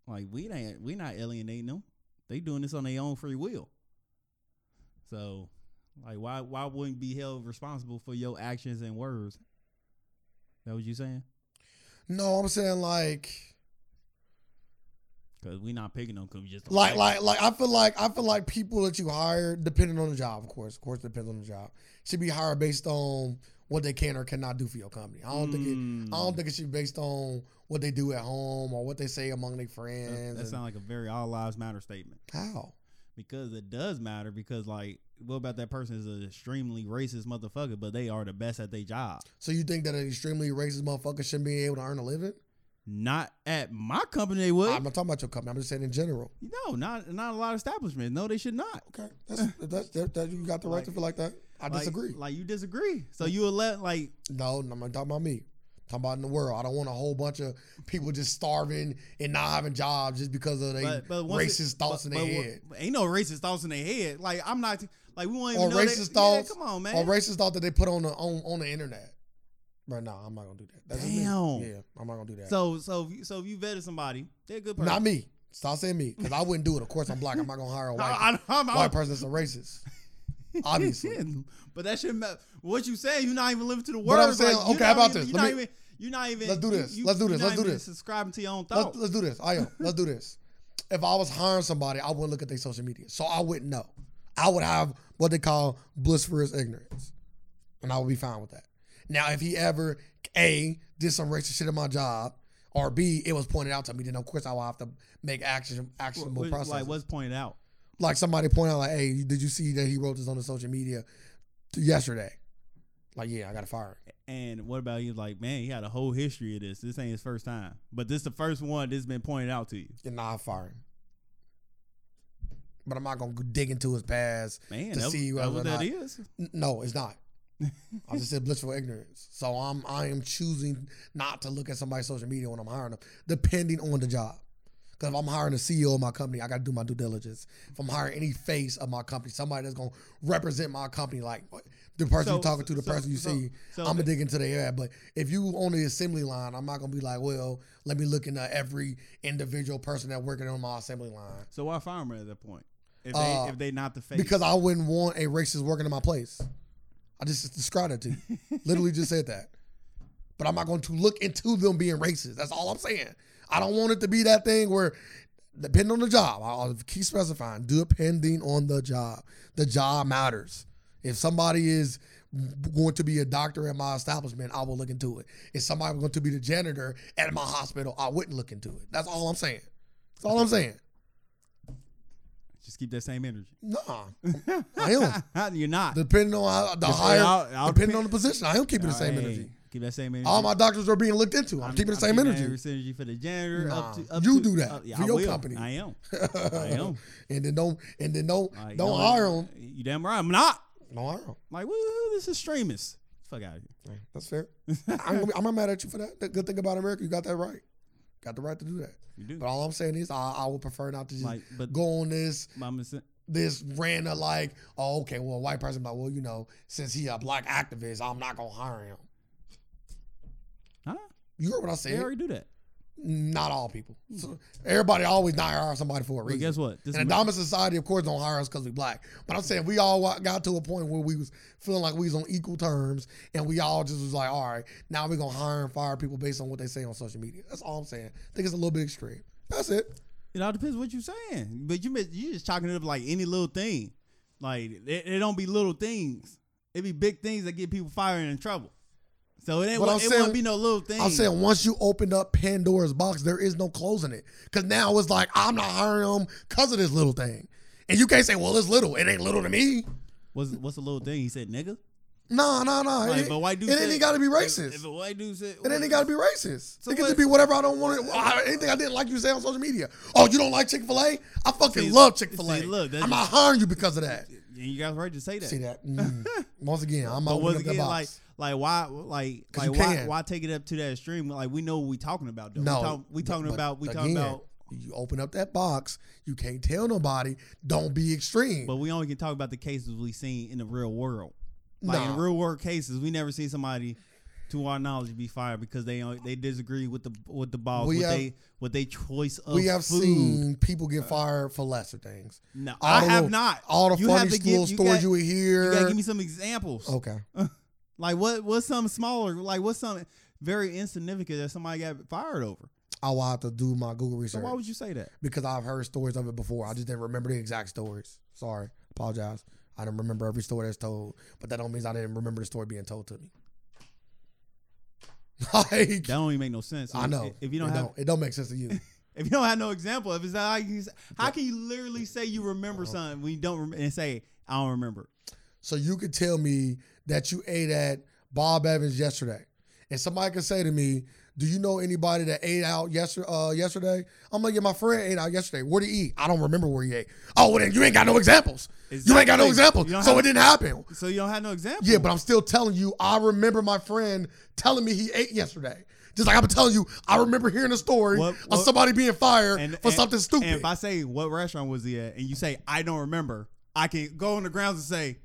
S1: like we ain't we not alienating them. They doing this on their own free will. So, like, why why wouldn't be held responsible for your actions and words? That what you saying?
S2: No, I'm saying like,
S1: Because we not picking them. Cause we just don't
S2: like,
S1: 'em.
S2: like, like. I feel like I feel like people that you hire, depending on the job, of course, of course, depends on the job, should be hired based on what they can or cannot do for your company. I don't think it. I
S1: Mm.
S2: don't think it should be based on what they do at home or what they say among their
S1: Mm,
S2: friends.
S1: that, that
S2: and-
S1: sounds like a very all lives matter statement.
S2: how?
S1: because it does matter. Because like, what about that person is an extremely racist motherfucker, but they are the best at their job.
S2: So you think that an extremely racist motherfucker shouldn't be able to earn a living?
S1: Not at my company, they would.
S2: I'm not talking about your company. I'm just saying in general.
S1: no, not not a lot of establishments. No, they should not.
S2: Okay, that's, that's that, that you got the right to feel like that. I
S1: Like-
S2: disagree.
S1: Like you disagree. So you will let like
S2: No, I'm not talking about me. I'm talking about in the world. I don't want a whole bunch of people just starving and not having jobs just because of their
S1: but, but once it-
S2: racist thoughts
S1: but-
S2: in their
S1: but-
S2: head.
S1: Ain't no racist thoughts in their head. Like I'm not like we won't even
S2: Or
S1: know they-
S2: racist
S1: yeah,
S2: thoughts,
S1: come on, man.
S2: Or racist thought that they put on the on, on the internet. But no, I'm not gonna do that. That's just me.
S1: Damn.
S2: Yeah, I'm not gonna do that.
S1: so so if you- so if you vetted somebody, they're a good person.
S2: not me. Stop saying me, because I wouldn't do it. Of course, I'm black. I'm not gonna hire a white,
S1: I, I, I'm,
S2: white person that's a racist. Obviously.
S1: but that shouldn't matter. What you saying, you're not even living to the
S2: But
S1: words.
S2: I'm saying,
S1: like, you're
S2: okay,
S1: not
S2: about
S1: even-
S2: this?
S1: You're
S2: Let
S1: not
S2: me-
S1: even. You're not even.
S2: Let's do
S1: you-
S2: this.
S1: you-
S2: Let's do
S1: you're
S2: this.
S1: not
S2: Let's do
S1: even
S2: this.
S1: Subscribing to your own
S2: Let's,
S1: thoughts.
S2: let's do this. I am. Let's do this. If I was hiring somebody, I wouldn't look at their social media, so I wouldn't know. I would have what they call blissful ignorance, and I would be fine with that. Now, if he ever a did some racist shit at my job, or b it was pointed out to me, then of course I will have to make action actionable
S1: What-
S2: process.
S1: Like what's pointed out.
S2: like somebody point out, like, hey, did you see that he wrote this on the social media t- yesterday? Like, yeah, I got to fire. him.
S1: And what about you? Like, man, he had a whole history of this. This ain't his first time, but this the first one that's been pointed out to you,
S2: And nah, I fire him. But I'm not gonna dig into his past.
S1: man.
S2: To
S1: that,
S2: see
S1: that
S2: whether
S1: what
S2: or
S1: that
S2: not-
S1: is.
S2: N- No, it's not. I just said blissful ignorance. So I'm I am choosing not to look at somebody's social media when I'm hiring them, depending on the job. Because if I'm hiring a CEO of my company, I got to do my due diligence. If I'm hiring any face of my company, somebody that's gonna represent my company, like what- the person you're
S1: So-
S2: talking to, the
S1: so-
S2: person you
S1: so-
S2: see,
S1: so
S2: I'm gonna
S1: the-
S2: dig into their ad. But if you on the assembly line, I'm not gonna be like, well, let me look into every individual person that working on my assembly line
S1: So why fire him at that point? If they
S2: Uh,
S1: if they not the face,
S2: because I wouldn't want a racist working in my place. I just described it to you. Literally just said that. But I'm not going to look into them being racist. That's all I'm saying. I don't want it to be that thing where, depending on the job, I'll keep specifying, depending on the job. The job matters. If somebody is going to be a doctor at my establishment, I will look into it. If somebody was going to be the janitor at my hospital, I wouldn't look into it. That's all I'm saying. That's all I'm saying.
S1: just keep that same energy.
S2: Nah, I am.
S1: You're not.
S2: Depending on how, the
S1: Depend-
S2: higher,
S1: I'll- I'll
S2: depending
S1: depend-
S2: on the position, I am keeping the same
S1: Hey,
S2: energy.
S1: Keep that same energy.
S2: All my doctors are being looked into. I'm, keeping the same
S1: that
S2: energy.
S1: energy for the janitor. up
S2: Nah,
S1: to, up
S2: you
S1: to-
S2: do that
S1: up- yeah,
S2: for
S1: I
S2: your
S1: will.
S2: company.
S1: I am. I am.
S2: And then don't, and then don't,
S1: Like,
S2: don't
S1: no,
S2: hire them.
S1: You damn right. I'm not.
S2: Don't hire them.
S1: Like, woo, this is streamers. Fuck out of here.
S2: That's fair. I'm, gonna be- I'm not mad at you for that. The good thing about America, you got that right. Got the right to do that.
S1: You do.
S2: But all I'm saying is, I, I would prefer not to just
S1: Like, but
S2: go on this
S1: mama said,
S2: this rant of like, oh, okay, well, a white person, like, well, you know, since he a black activist, I'm not gonna hire him.
S1: nah,
S2: You heard what I said.
S1: They already do that.
S2: Not all people. So everybody always not hire somebody for a
S1: But
S2: reason.
S1: guess what? This
S2: And the dominant society, of course, don't hire us because we black. But I'm saying we all wa- got to a point where we was feeling like we was on equal terms, and we all just was like, all right, now we're gonna hire and fire people based on what they say on social media. That's all I'm saying. I think it's a little bit extreme. That's it.
S1: It all depends what you're saying. But you miss, you just chalking it up like any little thing. Like it, it don't be little things. It be big things that get people fired and in trouble. So it ain't.
S2: But
S1: wa-
S2: I'm
S1: it
S2: saying-
S1: won't be no little thing.
S2: I'm saying once you opened up Pandora's box, there is no closing it. Cause now it's like I'm not hiring them because of this little thing, and you can't say, well, it's little. It ain't little to me.
S1: what's what's a little thing? He said nigga.
S2: No, no, no.
S1: Like,
S2: It-
S1: but white dude.
S2: it
S1: said-
S2: ain't got to be
S1: if-
S2: racist.
S1: If a white dude said,
S2: It ain't got to be racist.
S1: So
S2: it can
S1: what-
S2: just be whatever I don't want. To, anything I didn't like you say on social media. Oh, you don't like Chick Fil A? I fucking
S1: See,
S2: love Chick Fil
S1: see, look,
S2: A.
S1: that's
S2: I'm not hiring you because of that.
S1: And you guys right to say that.
S2: See that? Mm. Once again, I'm
S1: But
S2: out
S1: once
S2: of the
S1: again, like,
S2: box.
S1: like why, like,
S2: 'Cause
S1: like
S2: you
S1: why,
S2: can.
S1: why take it up to that extreme? Like we know what we talking about. Though.
S2: no,
S1: we, talk, we
S2: but-
S1: talking
S2: but
S1: about. We talking
S2: again,
S1: about.
S2: You open up that box. You can't tell nobody. Don't be extreme.
S1: But we only can talk about the cases we seen in the real world. Like in
S2: Nah.
S1: real world cases, we never see somebody, to our knowledge, be fired because they only- they disagree with the with the boss,
S2: We
S1: with
S2: have-
S1: they with they choice of
S2: we have
S1: food.
S2: seen people get fired for lesser things.
S1: no,
S2: All
S1: I
S2: the
S1: have
S2: little-
S1: not.
S2: All the
S1: You have
S2: funny
S1: to
S2: little
S1: give- you
S2: stories
S1: got-
S2: you would
S1: You
S2: hear.
S1: gotta give me some examples.
S2: okay.
S1: Like what what's something smaller? Like what's something very insignificant that somebody got fired over?
S2: I will have to do my
S1: So
S2: Google research.
S1: why would you say that?
S2: because I've heard stories of it before. I just didn't remember the exact stories. Sorry, apologize. I don't remember every story that's told, but that don't mean I didn't remember the story being told to me. like,
S1: That don't even make no sense.
S2: I know
S1: If you don't
S2: it
S1: have
S2: don't, it don't make sense to you.
S1: if you don't have no example, if it's not like you, how can you literally say you remember something when you don't rem- and say I don't remember?
S2: so you could tell me that you ate at Bob Evans yesterday, and somebody could say to me, "Do you know anybody that ate out yesterday?" Uh, yesterday, I'm like, "Yeah, my friend ate out yesterday. Where would he eat? I don't remember where he ate. Oh, well then you ain't got no examples. You ain't got no
S1: Exactly.
S2: examples.
S1: You don't
S2: So
S1: have-
S2: it didn't happen.
S1: So you don't have no example.
S2: Yeah, but I'm still telling you, I remember my friend telling me he ate yesterday. Just like I'm telling you, I remember hearing a story
S1: What-
S2: of
S1: what-
S2: somebody being fired
S1: And-
S2: for
S1: and-
S2: something stupid.
S1: And if I say what restaurant was he at, and you say I don't remember, I can go on the grounds and say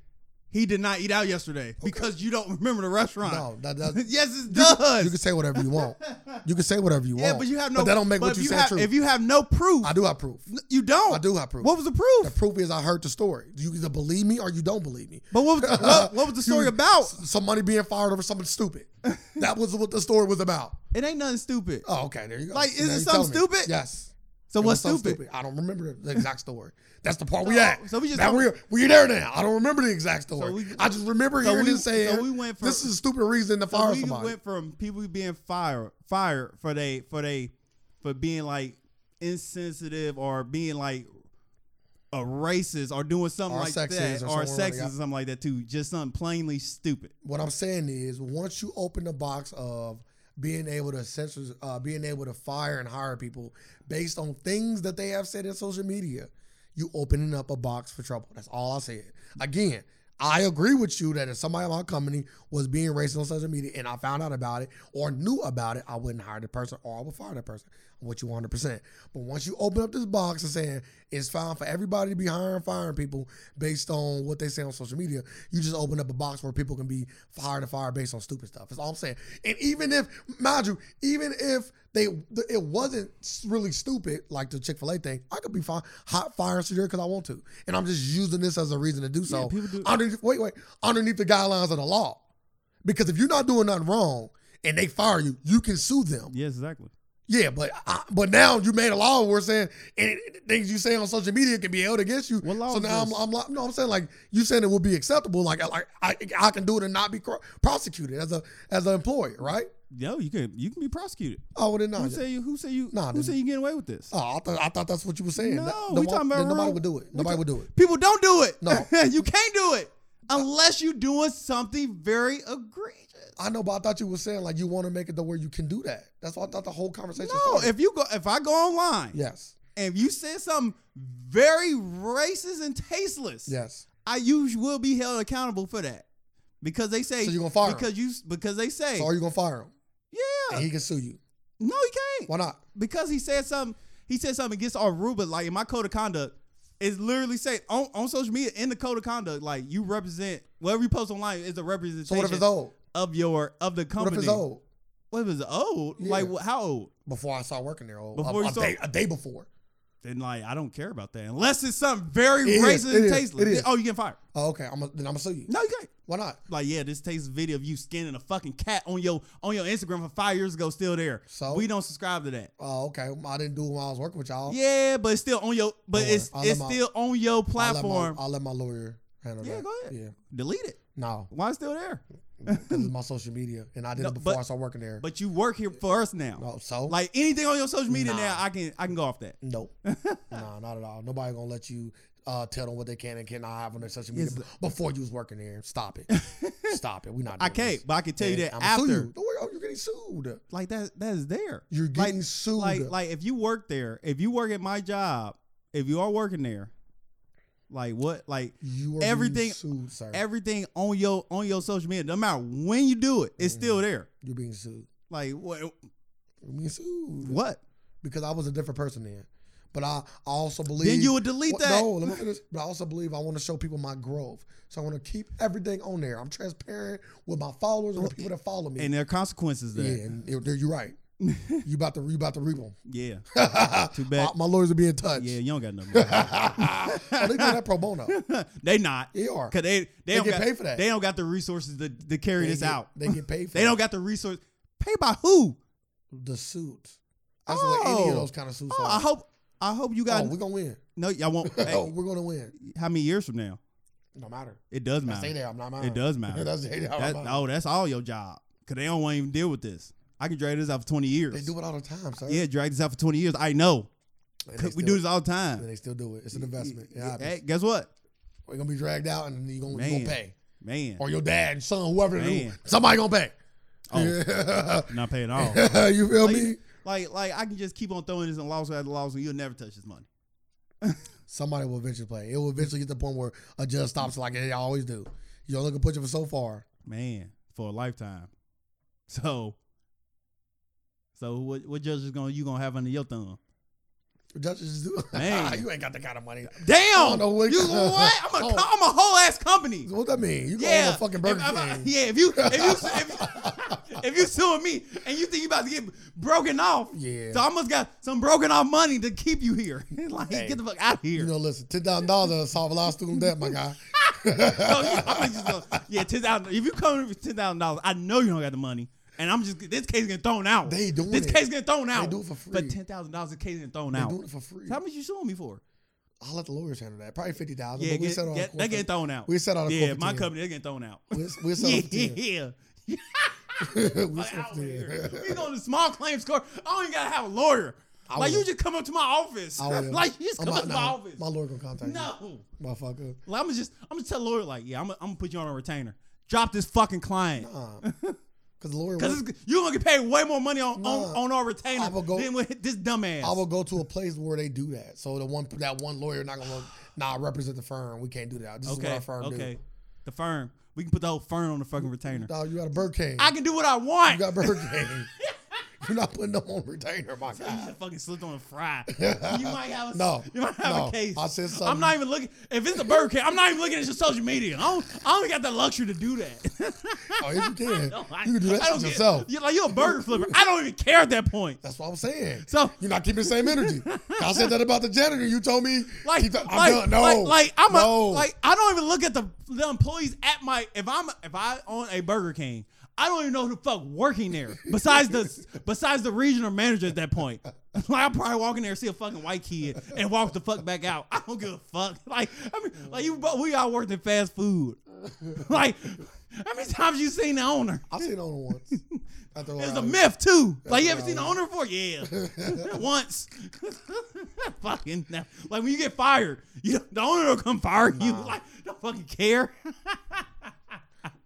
S1: he did not eat out yesterday because you don't remember the restaurant.
S2: no, that, that,
S1: yes, it does.
S2: you can say whatever you want. You can say whatever you
S1: yeah,
S2: want.
S1: but you have no.
S2: But that don't make
S1: but
S2: what
S1: if
S2: you, say
S1: have,
S2: true.
S1: If you have no proof,
S2: I do have proof.
S1: you don't.
S2: I do have proof.
S1: What was the proof?
S2: The proof is I heard the story. You either believe me or you don't believe me.
S1: but what was, what, what was the story
S2: You-
S1: about?
S2: Somebody being fired over something stupid. That was what the story was about.
S1: It ain't nothing stupid.
S2: Oh, okay. There you go.
S1: Like,
S2: See,
S1: is
S2: now
S1: it
S2: you
S1: something
S2: telling me.
S1: stupid?
S2: Yes.
S1: so
S2: It
S1: what's
S2: was so
S1: stupid?
S2: I don't remember the exact story. That's the part we at.
S1: so we just
S2: now
S1: talking-
S2: we're, we're there now. I don't remember the exact story.
S1: we-
S2: I just remember
S1: so
S2: hearing
S1: we-
S2: it saying
S1: so we went from-
S2: this is a stupid reason to
S1: So
S2: fire
S1: we
S2: somebody.
S1: went from people being fired fired for they for they for being like insensitive or being like a racist or doing something
S2: Or
S1: like
S2: sexist
S1: that
S2: or
S1: or
S2: something like
S1: sexist
S2: that.
S1: or something like that too. Just something plainly stupid.
S2: what I'm saying is, once you open the box of being able to censor, uh, being able to fire and hire people based on things that they have said in social media, you opening up a box for trouble. That's all I said. Again, I agree with you that if somebody in my company was being racist on social media and I found out about it or knew about it, I wouldn't hire the person or I would fire that person. I'm with you 100%. But once you open up this box and saying it's fine for everybody to be hiring, firing people based on what they say on social media, you just open up a box where people can be fired and fired based on stupid stuff. That's all I'm saying. And even if, mind you, even if they th- it wasn't s- really stupid like the Chick Fil A thing. I could be fine, hot fire and because I want to, and I'm just using this as a reason to do so.
S1: people do-
S2: underneath, wait, wait, underneath the guidelines of the law, because if you're not doing nothing wrong and they fire you, you can sue them.
S1: Yes, exactly.
S2: Yeah, but I, but now you made a law where it's saying and things you say on social media can be held against you.
S1: What law
S2: so
S1: is
S2: now I'm,
S1: this?
S2: I'm like, no, I'm saying like you saying it will be acceptable. Like I- like I I can do it and not be cro- prosecuted as a as an employer, right?
S1: Yo, you can you can be prosecuted.
S2: Oh, well, then no.
S1: Who say you who say you
S2: Nah,
S1: who
S2: then-
S1: say you getting away with this?
S2: Oh, I thought I thought that's what you were saying.
S1: No,
S2: Th-
S1: we
S2: then
S1: talking
S2: why-
S1: about
S2: then nobody
S1: real-
S2: would do it.
S1: we
S2: Nobody
S1: talk-
S2: would do it.
S1: People don't do it.
S2: No.
S1: you can't do it unless you're doing something very egregious.
S2: I know, but I thought you were saying like you want to make it to where you can do that. That's why I thought the whole conversation.
S1: No,
S2: started.
S1: if you go if I go online
S2: yes,
S1: and if you said something very racist and tasteless,
S2: yes,
S1: I usually will be held accountable for that because they say
S2: So you gonna fire him?
S1: because you because they say
S2: so are you gonna fire him?
S1: yeah
S2: And he can sue you.
S1: no you can't
S2: Why not? but
S1: because he said something he said something against our rule but like in my code of conduct it's literally say on, on social media in the code of conduct like you represent whatever you post online is a representation
S2: what if it's old?
S1: of your of the
S2: What
S1: company
S2: if it's old?
S1: what was it, old? Like
S2: Yeah.
S1: wh- how old?
S2: before I started working there. Oh,
S1: Before
S2: a,
S1: you
S2: a
S1: started-
S2: day, a day before.
S1: Then like I don't care about that unless it's something very
S2: It is,
S1: racist
S2: it
S1: and
S2: is,
S1: tasteless.
S2: it is.
S1: Oh, you get fired.
S2: Oh, okay. I'm a, then I'm gonna sue you.
S1: No, you can't.
S2: Why not?
S1: Like yeah, this tastes video of you skinning a fucking cat on your on your Instagram from five years ago, still there.
S2: So?
S1: we don't subscribe to that.
S2: Oh, okay. I didn't do it when I was working with y'all.
S1: Yeah, but it's still on your but
S2: Don't worry,
S1: it's
S2: I'll let
S1: it's
S2: my-
S1: still on your
S2: I'll let my-
S1: platform.
S2: I'll let my, lawyer handle
S1: Yeah,
S2: that.
S1: go ahead.
S2: Yeah.
S1: Delete it.
S2: No,
S1: Why it's still there?
S2: this is my social media, and I did
S1: No,
S2: it before
S1: but-
S2: I started working there.
S1: But you work here for us now.
S2: no, Oh, so
S1: Like anything on your social media
S2: Nah.
S1: now, I can I can go off that.
S2: nope. nah, not at all. Nobody gonna let you uh, tell them what they can and cannot have on their social media
S1: Yes.
S2: b- before you was working there. Stop it. Stop it. We not.
S1: I
S2: doing
S1: can't,
S2: this.
S1: but I can tell you
S2: And
S1: that
S2: I'ma
S1: after
S2: sue you. Don't worry. Oh, you're getting sued.
S1: like that that is there.
S2: You're
S1: Like-
S2: getting sued.
S1: Like like if you work there, if you work at my job, if you are working there, like what like
S2: you are
S1: everything-
S2: being sued, sir.
S1: everything on your on your social media, no matter when you do it, it's
S2: Mm.
S1: still there.
S2: you're being sued.
S1: Like what
S2: You're being sued.
S1: what?
S2: because I was a different person then. But I, I also believe.
S1: Then you would delete
S2: Well,
S1: that.
S2: No, let me finish. But I also believe I want to show people my growth. So I want to keep everything on there. I'm transparent with my followers and the people that follow me.
S1: And there are consequences
S2: yeah,
S1: there.
S2: and you're, you're right. you about to you about to reap them.
S1: Yeah.
S2: Too
S1: bad.
S2: My, my lawyers will be in touch.
S1: Yeah, you don't got nothing.
S2: oh, they do that pro bono.
S1: they not.
S2: They are.
S1: Cause they, they,
S2: They
S1: don't
S2: get
S1: got,
S2: paid for that.
S1: They don't got the resources to, to carry
S2: They
S1: this
S2: get-
S1: out.
S2: They get paid for.
S1: They don't
S2: it.
S1: got the resource. Paid by who?
S2: the suits. That's what any
S1: Oh.
S2: of those kind of suits
S1: Oh,
S2: are.
S1: I hope I hope you got
S2: oh, we're gonna win.
S1: no. Y'all won't.
S2: Oh,
S1: hey,
S2: we're gonna win.
S1: how many years from now?
S2: No matter.
S1: It does
S2: I say
S1: matter.
S2: that I'm not mine.
S1: It does matter.
S2: That's, that's how I'm
S1: That,
S2: mine.
S1: oh, that's all your job. Cause they don't want to even deal with this. I can drag this out for twenty years.
S2: They do it all the time, sir.
S1: Yeah, drag this out for twenty years. I know.
S2: And they
S1: we
S2: still-
S1: do this all the
S2: And
S1: time.
S2: they still do it. It's an investment. It happens.
S1: Hey, guess what,
S2: We're gonna be dragged out, and you're gonna, you
S1: Man.
S2: gonna pay,
S1: man?
S2: or your dad, and son, whoever, who,
S1: Man.
S2: somebody gonna pay.
S1: Not paying all.
S2: you feel
S1: Like,
S2: me?
S1: like, like I can just keep on throwing this in lawsuit after lawsuit. You'll never touch this money.
S2: Somebody will eventually pay. It will eventually get to the point where a judge stops, like they always do. You only can push it for so far.
S1: man, for a lifetime. So, so what? What judge is gonna you gonna have under your thumb?
S2: Judges do.
S1: Man.
S2: you ain't got that kind of money.
S1: Damn,
S2: don't know what-
S1: you what? I'm a,
S2: Oh.
S1: am a whole ass company.
S2: What that mean? You
S1: Yeah,
S2: yeah. oh, a fucking Burger
S1: if, if I-
S2: King?
S1: yeah. If you if you if, you- if you suing me and you think you about to get broken off,
S2: Yeah.
S1: So I must got some broken off money to keep you here. like
S2: Hey.
S1: get the fuck out of here.
S2: You know, listen, ten thousand dollars to solve a lot of student debt, my guy.
S1: So, you- I'm just gonna, yeah, ten thousand. If you come in with ten thousand dollars, I know you don't got the money, and I'm just this case getting thrown out.
S2: They doing
S1: this
S2: it.
S1: case getting thrown out.
S2: do it for free.
S1: But ten thousand dollars, this case getting thrown
S2: They're
S1: out.
S2: doing it for free.
S1: So How much you suing me for?
S2: I'll let the lawyers handle that. Probably fifty thousand.
S1: Yeah,
S2: but we
S1: get,
S2: settle on
S1: get-
S2: court
S1: they
S2: for-
S1: getting thrown out.
S2: We settled on the
S1: yeah,
S2: court for
S1: my
S2: 10.
S1: company they getting thrown out.
S2: We'll, we'll settle
S1: Yeah,
S2: for 10.
S1: yeah. Fuck
S2: We'll
S1: out
S2: settle
S1: of
S2: for 10.
S1: here. We going to small claims court. I don't even gotta have a lawyer.
S2: I
S1: like you
S2: will.
S1: just come up to my office.
S2: I will.
S1: Like you just
S2: I'm
S1: come
S2: not-
S1: up to my
S2: no,
S1: office.
S2: My lawyer gonna contact
S1: no.
S2: you, motherfucker.
S1: Like I'm just I'm just tell the lawyer like yeah I'm I'm gonna put you on a retainer. Drop this fucking client.
S2: Uh, Cause the lawyer,
S1: Cause
S2: will,
S1: it's, you gonna get paid way more money on on,
S2: Nah.
S1: on our retainer
S2: I will go-
S1: than with this dumbass.
S2: I will go to a place where they do that. So the one that one lawyer not gonna look, nah represent the firm. We can't do that. This is what
S1: okay,
S2: our firm
S1: okay. The firm. We can put the whole firm on the fucking retainer.
S2: do. Dog, you got a Burger King.
S1: I can do what I
S2: you
S1: want.
S2: got Burger King. You're not putting them on retainer, my
S1: You
S2: guy.
S1: just fucking slipped on a fry. You might have a,
S2: No,
S1: You might have a
S2: no.
S1: case.
S2: I said
S1: I'm not even looking. If it's a Burger King, I'm not even looking at your social media. I don't. I don't got the luxury to do that.
S2: Oh, yes, you can.
S1: No, I-
S2: you can do
S1: I
S2: that
S1: don't
S2: shit
S1: get-
S2: yourself.
S1: You're like you're a burger flipper. I don't even care at that point.
S2: That's what I'm saying.
S1: So-
S2: you're not keeping the same energy. I said that about the janitor. You told me
S1: Like,
S2: keep the- I'm
S1: like,
S2: done. No,
S1: like, like, I'm
S2: no.
S1: a, like I don't even look at the, the employees at my if I'm if I own a Burger King, I don't even know who the fuck working there besides the besides the regional manager at that point. Like I probably walk in there see a fucking white kid and walk the fuck back out. I don't give a fuck. Like I mean, like you bo- we all worked in fast food. Like how many times you seen the owner?
S2: I seen on once. After a
S1: It's
S2: while.
S1: a myth too. Like you ever
S2: what I
S1: seen the owner before? Yeah, once. fucking no. like when you get fired, you don't- the owner will come fire you. Like don't fucking care.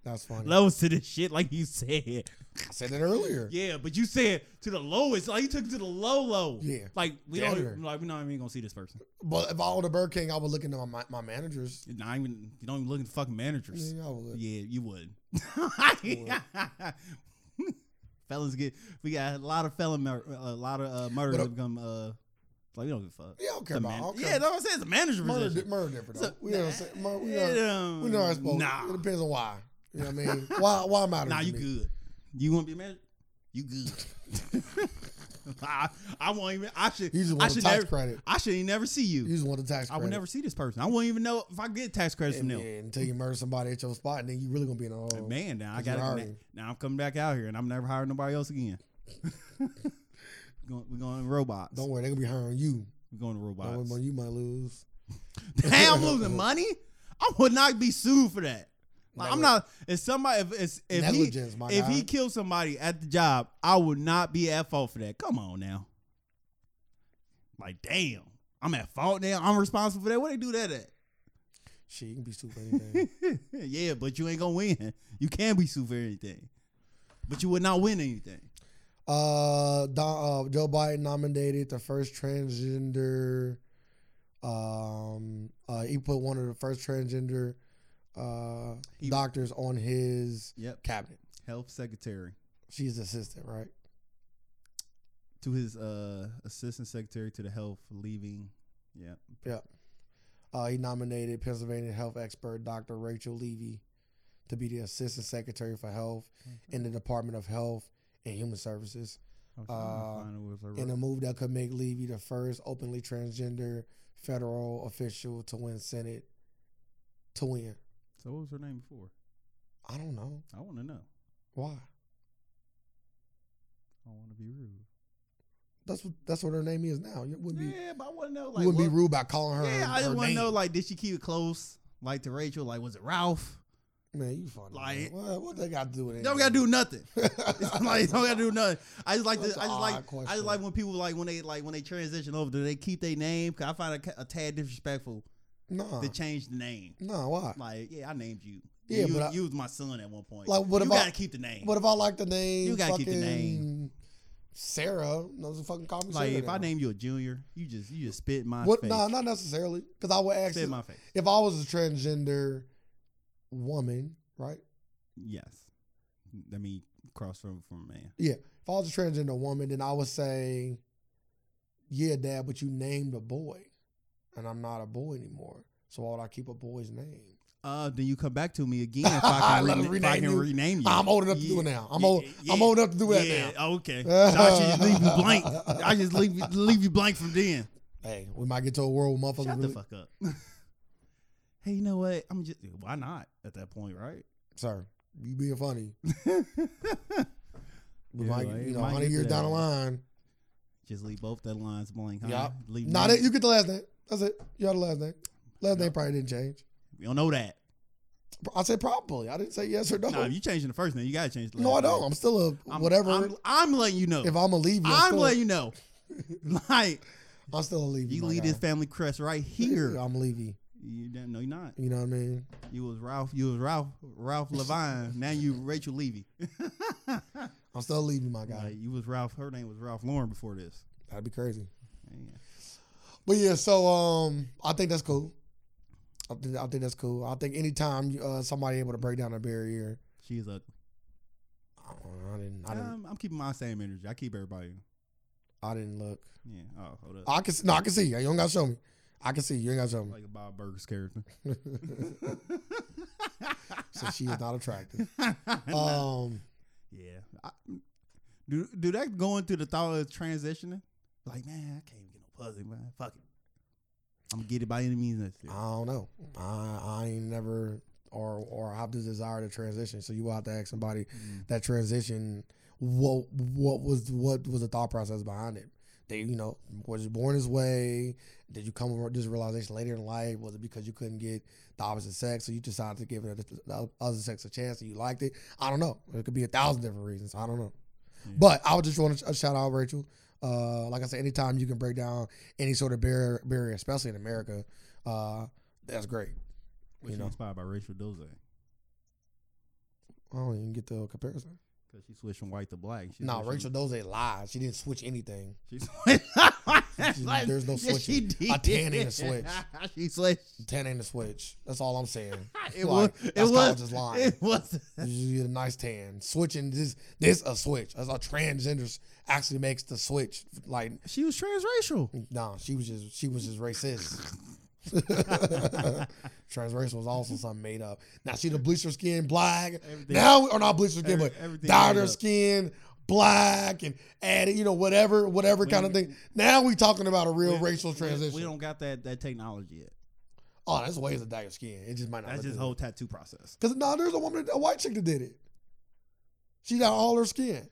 S2: That's funny.
S1: Lowest to this shit, like you said.
S2: I said that earlier.
S1: Yeah, but you said to the lowest. Like you took it to the low low.
S2: Yeah.
S1: Like we
S2: Janitor.
S1: don't. Like we're not even gonna see this person.
S2: But if I owned a Burger King, I would look into my my, my managers.
S1: You're not even. You don't even look at the fucking managers.
S2: Yeah, I would.
S1: Yeah, you would. Fellas get we got a lot of felon mur- a lot of uh, murders
S2: But, uh,
S1: have come uh like we don't give a fuck.
S2: Yeah, I don't care
S1: It's a
S2: about- I don't
S1: Yeah,
S2: care.
S1: no, I'm saying it's a manager
S2: Murder, di-
S1: position.
S2: murder different though.
S1: So-
S2: we know what I'm saying. Murder, we, know,
S1: Yeah,
S2: we know our spoke.
S1: Nah,
S2: It depends on why. You know what I mean? Why why matters?
S1: nah,
S2: to
S1: you
S2: me.
S1: good. You want to be a manager? You good? I, I won't even. I should.
S2: You just
S1: I
S2: want the
S1: should
S2: tax
S1: never.
S2: credit.
S1: I should never see you.
S2: You just want the tax
S1: I
S2: credit.
S1: would never see this person. I won't even know if I get tax credits from
S2: and,
S1: them.
S2: yeah, until you murder somebody at your spot, and then you really gonna be in a hole.
S1: Man, now I
S2: 'Cause you're
S1: got to
S2: hiring.
S1: Now I'm coming back out here, and I'm never hiring nobody else again. We're going, we're going robots.
S2: Don't worry, they're gonna be hiring you.
S1: we're going to
S2: Don't worry,
S1: robots.
S2: man, you might lose.
S1: Damn, I'm losing money. I would not be sued for that. Like, I'm
S2: Negli-
S1: not. If somebody, if it's- if he,
S2: Negligence, my
S1: if
S2: guy.
S1: he killed somebody at the job, I would not be at fault for that. Come on now. Like, damn, I'm at fault now. I'm responsible for that. What they do that at?
S2: Shit, you can be sued for anything.
S1: yeah, but you ain't gonna win. You can be sued for anything, but you would not win anything.
S2: uh, Don, uh, Joe Biden nominated the first transgender. Um, uh, he put one of the first transgender uh,
S1: He-
S2: doctors on his
S1: Yep.
S2: cabinet.
S1: Health secretary
S2: She's assistant, right?
S1: to his uh assistant secretary to the health leaving. Yeah.
S2: Yep. Uh, he nominated Pennsylvania health expert Dr. Rachel Levy to be the assistant secretary for health in the Department of Health and Human Services.
S1: I was trying to
S2: Uh,
S1: find it was a-
S2: in a move that could make Levy the first openly transgender federal official to win Senate to win.
S1: so what was her name before?
S2: I don't know
S1: I want to know.
S2: why.
S1: I want to be rude.
S2: That's what that's what her name is now. It wouldn't be you
S1: yeah, but I want to know like
S2: wouldn't be
S1: what-
S2: rude by calling her.
S1: Yeah, I just
S2: want to
S1: know like did she keep it close like to Rachel? Like was it Ralph?
S2: man, you funny.
S1: like-
S2: Like what, what they got to do with it?
S1: Don't gotta do nothing.
S2: do.
S1: like don't gotta do nothing. I just like to,
S2: That's
S1: I
S2: an
S1: just
S2: odd
S1: like I
S2: question.
S1: just like when people like when they like when they transition over do they keep their name? Cause I find it ca- a tad disrespectful
S2: no,
S1: to change the name.
S2: no. Why?
S1: Like yeah, I named you.
S2: Yeah,
S1: you,
S2: but I-
S1: you was my son at one point.
S2: Like, what
S1: you
S2: about-
S1: gotta keep the name.
S2: What if I like the name?
S1: You gotta
S2: fucking
S1: keep the name.
S2: Sarah. No, just fucking call me
S1: like
S2: Sarah.
S1: if I
S2: now.
S1: named you a junior, you just you just spit in my
S2: what?
S1: face.
S2: No, not necessarily. Because I would ask
S1: spit in my face.
S2: if I was a transgender woman, right?
S1: Yes, I mean cross from from a man.
S2: If I was a transgender woman, then I would say, "Yeah, Dad, but you named a boy, and I'm not a boy anymore. So why would I keep a boy's name?
S1: Uh, then you come back to me again if I can, rena-
S2: Let
S1: if I
S2: him rename
S1: can
S2: you.
S1: rename you.
S2: I'm old enough to do it now. I'm old. I'm old enough to do that
S1: yeah, Okay. So
S2: now.
S1: I should just leave you blank. I just leave you- leave you blank from then.
S2: Hey, we might get to a world where motherfuckers
S1: Shut the
S2: really.
S1: fuck up. hey, you know what? I'm just why not at that point, right?
S2: Sir, you being funny. We
S1: Yeah, like,
S2: might, you
S1: it
S2: know,
S1: might
S2: hundred
S1: get
S2: years
S1: to
S2: down the
S1: that.
S2: line.
S1: Just leave both the lines blank. Huh?
S2: Yup.
S1: Leave
S2: Nah,
S1: none.
S2: that, you get the last name. That's it. You got the last name. Last
S1: Yeah.
S2: name probably didn't change.
S1: we don't know that.
S2: I said probably. I didn't say yes or no.
S1: Nah, if you changing the first name, you gotta change the last
S2: no, I don't.
S1: name.
S2: I'm still a
S1: I'm-
S2: whatever.
S1: I'm, I'm letting you know.
S2: if I'm a leave, I'm,
S1: I'm
S2: still,
S1: letting you know. Like
S2: I'm still a leave.
S1: you leave this family crest right here.
S2: I'm leavy.
S1: You don't- no, you're not.
S2: You know what I mean?
S1: You was Ralph. You was Ralph. Ralph Levine. now you Rachel Levy.
S2: I'm still leaving my guy.
S1: like you was Ralph. Her name was Ralph Lauren before this.
S2: That'd be crazy.
S1: Yeah.
S2: But yeah, so um, I think that's cool. I think, I think that's cool. I think anytime uh, somebody able to break down a barrier,
S1: She is ugly.
S2: I, don't know, I didn't, I didn't,
S1: Um, I'm keeping my same energy. I keep everybody.
S2: I didn't look.
S1: Yeah. Oh, hold up.
S2: I can, see- no, I can see. You don't gotta show me. I can see. You ain't gotta show me.
S1: like a Bob Burger's character.
S2: so she is not attractive.
S1: Nah.
S2: Um,
S1: yeah. I, do do that going through the thought of transitioning? Like, man, I can't even get no pussy, man. Fuck it. I'm gonna get it by any means
S2: I
S1: necessary.
S2: don't know. I I ain't never or or have the desire to transition. So you will have to ask somebody
S1: Mm.
S2: that transition. What what was what was the thought process behind it? They you know was you born this way? Did you come over this realization later in life? Was it because you couldn't get the opposite sex, so you decided to give it the other sex a chance and you liked it? I don't know. It could be a thousand different reasons. I don't know.
S1: Yeah.
S2: But I would just want to shout out Rachel. Uh, like I said, anytime you can break down any sort of barrier, barrier especially in America, uh, that's great.
S1: Was
S2: you
S1: she
S2: know.
S1: inspired by Rachel Doze?
S2: I don't even get the comparison.
S1: Because she switched from white to black. She
S2: No,
S1: switched from-
S2: Rachel Doze lied. She didn't switch anything.
S1: She switched.
S2: She- there's no
S1: Yeah, she did.
S2: I tan ain't a switch.
S1: she switched.
S2: Ten ain't a switch. That's all I'm saying.
S1: It was.
S2: Like,
S1: It
S2: that's
S1: was.
S2: college's line.
S1: It was.
S2: You just get a nice tan. Switching this this a switch. That's a transgender actually makes the switch. Like
S1: She was transracial.
S2: no, she was just she was just racist. Transracial was also something made up. Now she the bleached her skin black.
S1: Everything-
S2: Now or not bleached her skin,
S1: every-
S2: but
S1: everything
S2: dyed
S1: made
S2: her
S1: up.
S2: skin black and added, you know, whatever, whatever kind of thing. Now we talking about a real racial transition.
S1: We, don't got that that technology yet.
S2: oh, that's ways to dye your skin. It just might not.
S1: That's just whole tattoo process.
S2: Because no, there's a woman, a white chick that did it. She got all her skin.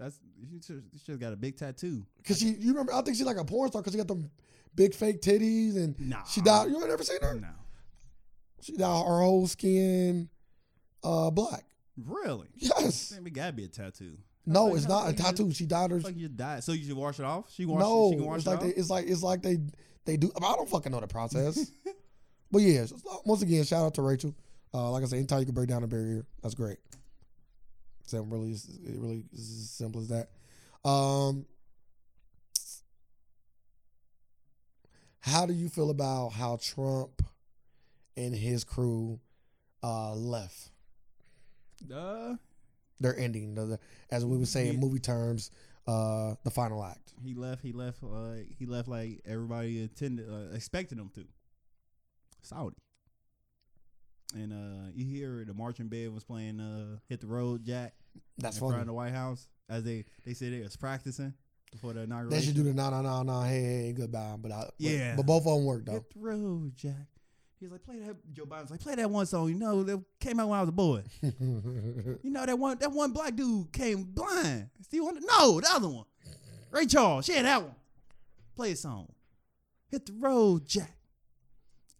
S1: That's she just, she just got a big tattoo.
S2: Cause she, you remember, I think she's like a porn star because she got them big fake titties and
S1: Nah.
S2: she dyed. You ain't never seen her.
S1: No,
S2: She dyed her whole skin uh, black.
S1: really.
S2: Yes.
S1: Man, it gotta be a tattoo.
S2: No,
S1: like,
S2: it's
S1: how
S2: not
S1: the
S2: a
S1: fuck you
S2: tattoo. She dyed her.
S1: It's like you died, so you should wash it off. She wash.
S2: No,
S1: she can wash
S2: it's
S1: it
S2: like
S1: off.
S2: they, it's like it's like they they do. I don't fucking know the process. but yeah, so- so once again, shout out to Rachel. Uh, like I said, anytime you can break down a barrier, that's great. So it really, is- it really is as simple as that. Um, how do you feel about how Trump and his crew uh, left?
S1: uh,
S2: Their ending, the- the- as we would say in
S1: Yeah.
S2: movie terms, uh, the final act.
S1: he left. He left. Like he left. Like everybody intended, uh, expected him to. Saudi. And uh, you hear the marching band was playing uh, "Hit the Road Jack"
S2: That's
S1: in front
S2: funny.
S1: of the White House as they they said they was practicing before the
S2: They
S1: inauguration.
S2: should do the nah nah nah nah hey, hey goodbye, but I, but-
S1: Yeah.
S2: But, both of them work though.
S1: Hit the road, Jack. He's like, play that. Joe Biden's like, play that one song. You know that came out when I was a boy. You know that one that one black dude came blind. See one? No, the other one. Ray Charles. Yeah, that one. Play a song. Hit the road, Jack.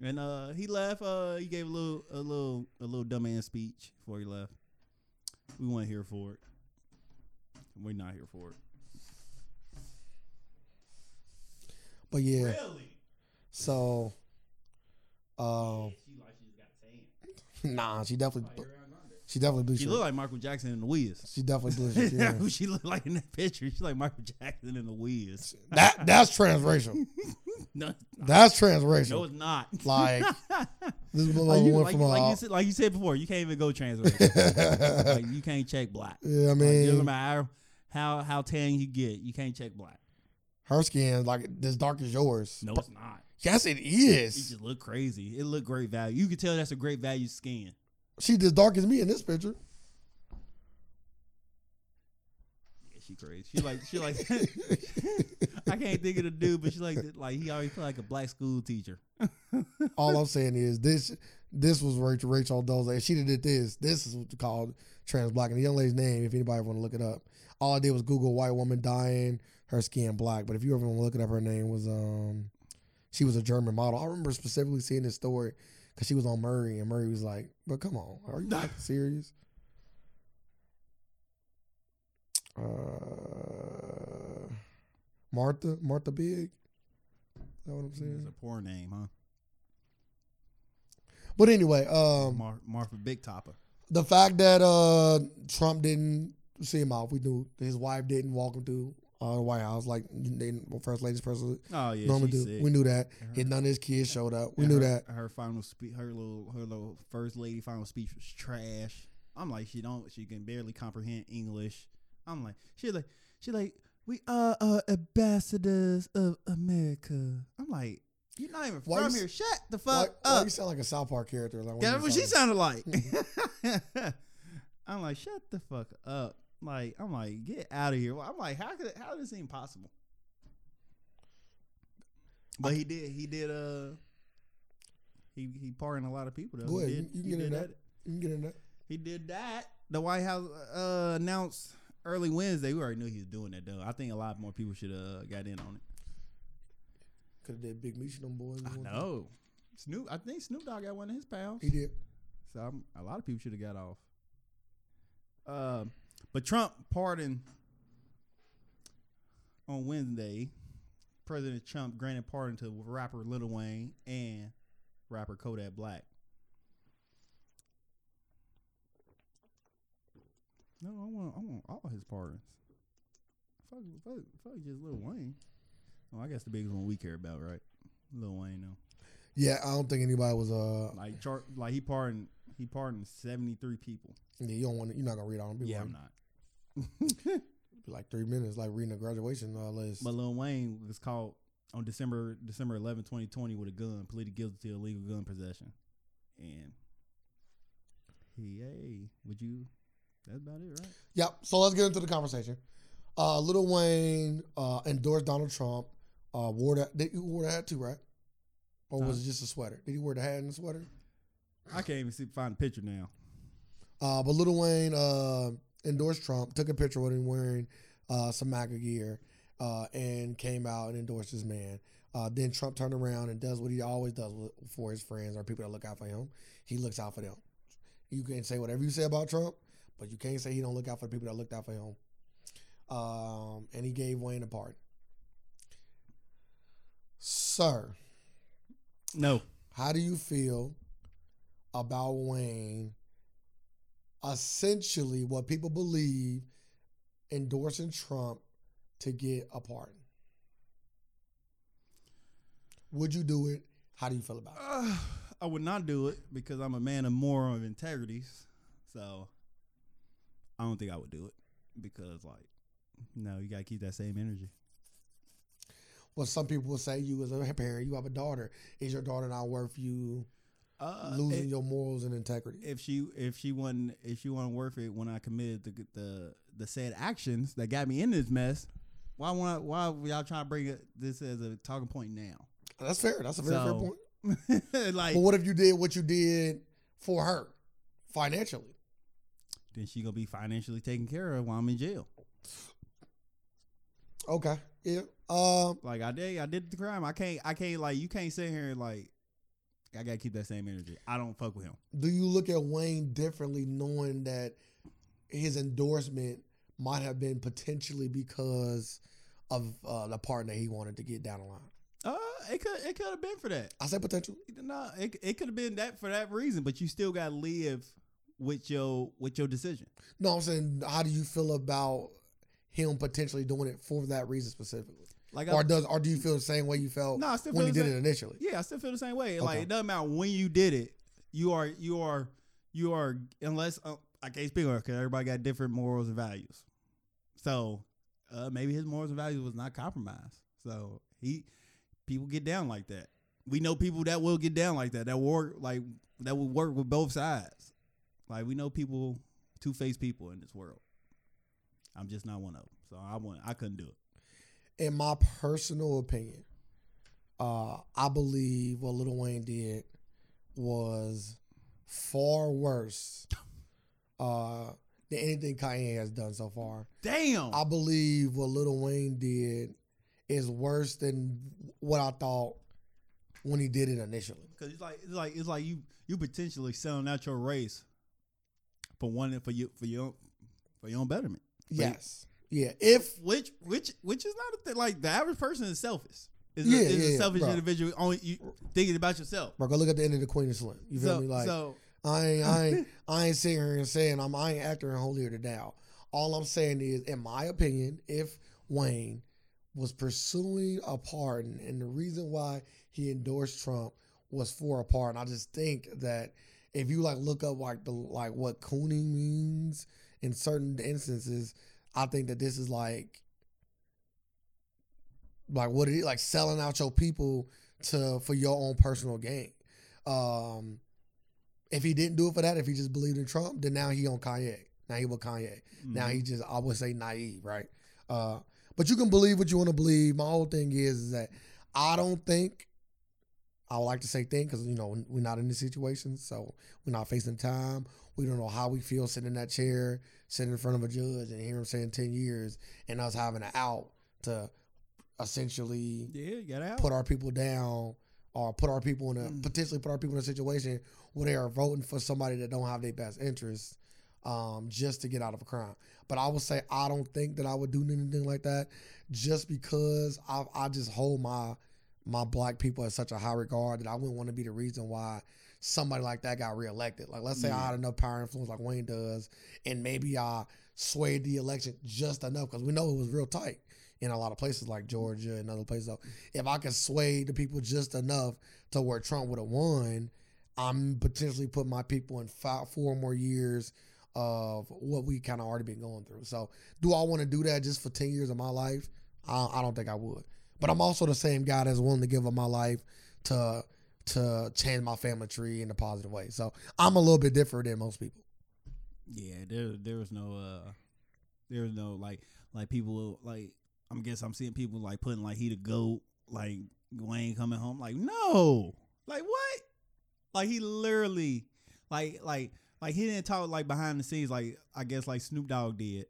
S1: And uh, he left. Uh, he gave a little a little a little dumbass speech before he left. We weren't here for it. We're not here for it.
S2: but yeah,
S1: Really?
S2: so uh,
S1: She like she got tan.
S2: nah, she definitely she definitely blew
S1: Oh, She
S2: shit.
S1: looked like Michael Jackson in the Wiz.
S2: she definitely blew shit.
S1: That's
S2: Yeah.
S1: who she looked like in that picture. She's like Michael Jackson in the Wiz.
S2: that that's transracial.
S1: No,
S2: That's
S1: no,
S2: transracial.
S1: it's not.
S2: Like this
S1: Like
S2: woman
S1: you,
S2: went
S1: like,
S2: from uh,
S1: you- like
S2: a-
S1: you said, like you said before, you can't even go transracial. like you can't check black.
S2: yeah, I
S1: Like, it doesn't
S2: mean,
S1: matter how how tan you get, you can't check black.
S2: her skin like as dark as yours.
S1: No, it's not.
S2: Yes, it
S1: It
S2: is.
S1: just look crazy. It look great value. You can tell that's a great value skin.
S2: She's as dark as me in this picture.
S1: Yeah, she crazy. She like she like. I can't think of the dude, but she like like he always feel like a black school teacher.
S2: All I'm saying is this this was Rachel Rachel Doza. If she did this, this is what's called trans black. And the young lady's name, if anybody want to look it up, all I did was Google white woman dying, her skin black. But if you ever want to look it up, her name was um she was a German model. I remember specifically seeing this story because she was on Murray, and Murray was like, "But come on, are you fucking serious?" Uh, Martha, Martha Big. Is that what I'm saying?
S1: It's a poor name, huh?
S2: But anyway, um,
S1: Mar- Martha Big Topper.
S2: the fact that uh, Trump didn't see him off, we knew his wife didn't walk him through uh, the White House like they, well, first lady's person
S1: Oh yeah,
S2: normally
S1: she's
S2: do.
S1: sick. Uh-huh.
S2: We knew that.
S1: Her-
S2: And none of his kids showed up. We
S1: And
S2: knew
S1: her,
S2: that.
S1: her final speech, her little, her little first lady final speech was trash. I'm like, she don't, she can barely comprehend English. I'm like, she like, she like, we are uh, ambassadors of America. I'm like, you're not even
S2: Why
S1: from
S2: you
S1: here. Shut the
S2: Why,
S1: fuck
S2: why
S1: up.
S2: you sound like a South Park character? Like, when
S1: That's
S2: you
S1: what she
S2: talking.
S1: sounded like. I'm like, shut the fuck up. Like, I'm like, get out of here. I'm like, how could, how is this even possible? But he did, he did, uh, he he pardoned a lot of people though.
S2: Go
S1: he
S2: ahead,
S1: did,
S2: you- you
S1: he
S2: get
S1: did
S2: in that. You can get in that.
S1: He did that. The White House uh, announced early Wednesday. We already knew he was doing that though. I think a lot more people should uh got in on it.
S2: Could have did Big Meech and them boys.
S1: I know. Snoop, I think Snoop Dogg got one of his pals.
S2: He did.
S1: So I'm, a lot of people should have got off. Um, but Trump pardoned on Wednesday. President Trump granted pardon to rapper Lil Wayne and rapper Kodak Black. No, I want I want all his pardons. Fuck, fuck, fuck just Lil Wayne. Oh, I guess the biggest one we care about, right? Lil Wayne, though.
S2: Yeah, I don't think anybody was. Uh,
S1: Like char- like he pardoned he pardoned seventy three people.
S2: yeah, you don't want. You're not gonna read all them.
S1: Yeah,
S2: People.
S1: I'm not.
S2: Be Like three minutes, like reading a graduation uh, list.
S1: but Lil Wayne was caught on December December 11, 2020 with a gun, pleaded guilty to illegal gun possession, and he hey, would you That's about it, right?
S2: Yep. So let's get into the conversation. Uh, Little Wayne uh, endorsed Donald Trump. Uh, wore that. Did you wore the hat too, right? Or was
S1: Huh?
S2: it just a sweater? Did he wear the hat and the sweater?
S1: I can't even see, find the picture now.
S2: Uh, but Little Wayne uh, endorsed Trump. Took a picture with him wearing uh, some MAGA gear, uh, and came out and endorsed his man. Uh, then Trump turned around and does what he always does with, for his friends or people that look out for him. He looks out for them. You can say whatever you say about Trump, but you can't say he don't look out for the people that looked out for him. Um, and he gave Wayne a pardon. Sir,
S1: No,
S2: how do you feel about Wayne essentially what people believe endorsing Trump to get a pardon? Would you do it? How do you feel about it?
S1: Uh, I would not do it because I'm a man of moral of integrities. So I don't think I would do it because, like, no, you gotta keep that same energy.
S2: Well, some people will say you as a parent, you have a daughter. Is your daughter not worth you
S1: Uh,
S2: losing
S1: if,
S2: your morals and integrity?
S1: if she if she wasn't if she wasn't worth it when I committed the the the said actions that got me in this mess, why want why were y'all trying to bring it, this as a talking point now?
S2: That's fair. That's a very fair
S1: So-
S2: point.
S1: like
S2: But what if you did what you did for her financially?
S1: then she gonna be financially taken care of while I'm in jail.
S2: Okay. Yeah. Um,
S1: Like I did, I did the crime. I can't, I can't. Like you can't sit here and like, I gotta keep that same energy. I don't fuck with him.
S2: do you look at Wayne differently knowing that his endorsement might have been potentially because of uh, the partner he wanted to get down the line?
S1: Uh, it could, it could have been for that.
S2: I say potentially.
S1: No, it, it could have been that for that reason. But you still gotta live with your with your decision.
S2: No, I'm saying, how do you feel about him potentially doing it for that reason specifically?
S1: Like,
S2: Or
S1: I,
S2: does or do you feel the same way you felt
S1: no, I still
S2: when
S1: feel
S2: you
S1: the
S2: did
S1: same,
S2: it initially?
S1: Yeah, I still feel the same way. Like
S2: Okay.
S1: it doesn't matter when you did it. You are, you are, you are. Unless uh, I can't speak on it because everybody got different morals and values. So uh, maybe his morals and values was not compromised. So he people get down like that. We know people that will get down like that. That work like that will work with both sides. Like we know people, two faced people in this world. I'm just not one of them. So I want I couldn't do it.
S2: in my personal opinion, uh, I believe what Lil Wayne did was far worse uh, than anything Kanye has done so far.
S1: Damn.
S2: I believe what Lil Wayne did is worse than what I thought when he did it initially.
S1: Cause it's like it's like it's like you you potentially selling out your race for one for you for your for your own betterment.
S2: Yes. Yeah. If
S1: Which which which is not a thing. Like the average person is selfish. Is
S2: Yeah,
S1: a, is
S2: yeah, yeah,
S1: a selfish
S2: bro.
S1: individual only you thinking about yourself.
S2: bro, go look at the end of the Queen of Slim. You feel
S1: so
S2: me? Like
S1: so
S2: I ain't, I ain't, I ain't sitting here and saying I'm, I ain't acting holier than thou. All I'm saying is, in my opinion, if Wayne was pursuing a pardon, and the reason why he endorsed Trump was for a pardon, I just think that if you like look up like the like what cooning means in certain instances, I think that this is like like what it is like selling out your people to for your own personal gain. Um, if he didn't do it for that, if he just believed in Trump, then now he on Kanye. Now he with Kanye. Now
S1: Mm-hmm.
S2: he just I would say naive, right? Uh, but you can believe what you want to believe. My whole thing is, is that I don't think I would like to say think because you know we're not in this situation, so we're not facing time. We don't know how we feel sitting in that chair, sitting in front of a judge, and hear him saying ten years, and us having an out to essentially
S1: yeah, you gotta help.
S2: put our people down or put our people in a
S1: Mm.
S2: potentially put our people in a situation where they are voting for somebody that don't have their best interests um, just to get out of a crime. But I would say I don't think that I would do anything like that just because I, I just hold my my black people at such a high regard that I wouldn't want to be the reason why somebody like that got reelected. Like let's say I
S1: Yeah.
S2: had enough power and influence like Wayne does, and maybe I swayed the election just enough because we know it was real tight in a lot of places like Georgia and other places. If I could sway the people just enough to where Trump would have won, I'm potentially putting my people in five, four more years of what we kind of already been going through. So, do I want to do that just for ten years of my life? I, I don't think I would. But I'm also the same guy that's willing to give up my life to to change my family tree in a positive way. So I'm a little bit different than most people.
S1: Yeah, there there was no uh there was no like like people like I'm guess I'm seeing people like putting like he the goat like Wayne coming home like no like what like he literally like like like he didn't talk like behind the scenes like I guess like Snoop Dogg did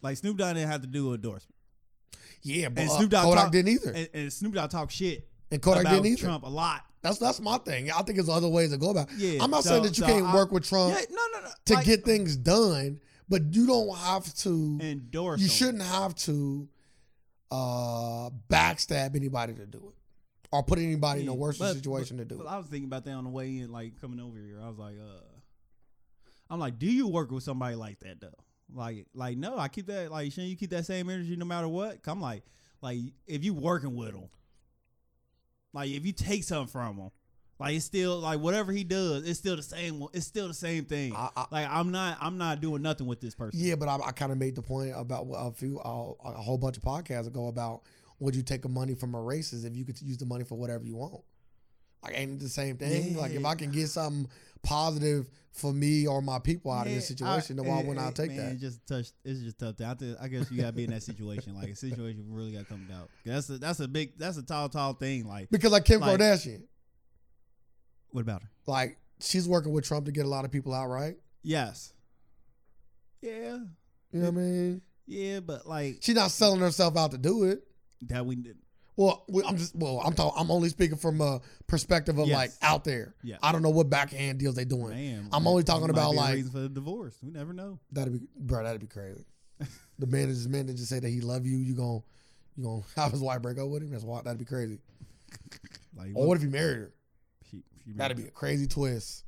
S1: like Snoop Dogg didn't have to do endorsement
S2: Yeah, but
S1: And
S2: uh,
S1: Snoop Dogg
S2: Kodak
S1: talk-
S2: didn't either, and,
S1: and, and Snoop Dogg talked shit
S2: Kodak
S1: about
S2: didn't either.
S1: Trump a lot
S2: That's that's my thing. I think there's other ways to go about. it.
S1: yeah
S2: I'm not
S1: so-
S2: saying that you
S1: so
S2: can't
S1: I-
S2: work with Trump
S1: yeah, no no no
S2: to
S1: like,
S2: get things done, but you don't have to.
S1: endorse
S2: You
S1: him.
S2: shouldn't have to uh, backstab anybody to do it, or put anybody in a
S1: Yeah,
S2: worse
S1: but-
S2: situation
S1: but-
S2: to do
S1: but
S2: it.
S1: I was thinking about that on the way in, like coming over here. I was like, uh, I'm like, do you work with somebody like that though? Like, like no, I keep that like, shouldn't you keep that same energy no matter what? 'Cause I'm like, like if you working with him, like if you take something from him, like it's still like whatever he does, it's still the same. one- It's still the same thing.
S2: I, I,
S1: like I'm not, I'm not doing nothing with this person.
S2: yeah, but I, I kind of made the point about a few, a, a whole bunch of podcasts ago about would you take the money from a racist if you could use the money for whatever you want? Like, ain't it the same thing? Like, if
S1: Yeah.
S2: I can get something positive for me or my people out of this
S1: Yeah,
S2: situation, then why
S1: it-
S2: wouldn't I
S1: it-
S2: take
S1: eh, man,
S2: that?
S1: It's just touch. It's just tough. To, I, think, I guess you gotta be in that situation. Like a situation really gotta come about. That's a, that's a big. That's a tall, tall thing. Like
S2: Because like Kim
S1: Like-
S2: Kardashian,
S1: what about her?
S2: like she's working with Trump to get a lot of people out, right?
S1: Yes. Yeah.
S2: You know what I mean?
S1: Yeah, but like
S2: She's not selling herself out to do it.
S1: that we did.
S2: Well, we- I'm just well, I'm talking. I'm only speaking from a perspective of
S1: Yes.
S2: like out there.
S1: Yeah.
S2: I don't know what backhand deals they doing.
S1: Man,
S2: I'm
S1: that-
S2: only
S1: that
S2: talking
S1: might
S2: about,
S1: be a
S2: like-
S1: reason for the divorce. We never know.
S2: That'd be bro. That'd be crazy. the manager's manager say that he love you. You gon' you gonna have his wife break up with him? That's why that'd be crazy.
S1: Like
S2: Or what if he married her?
S1: she, she
S2: That'd be a crazy twist.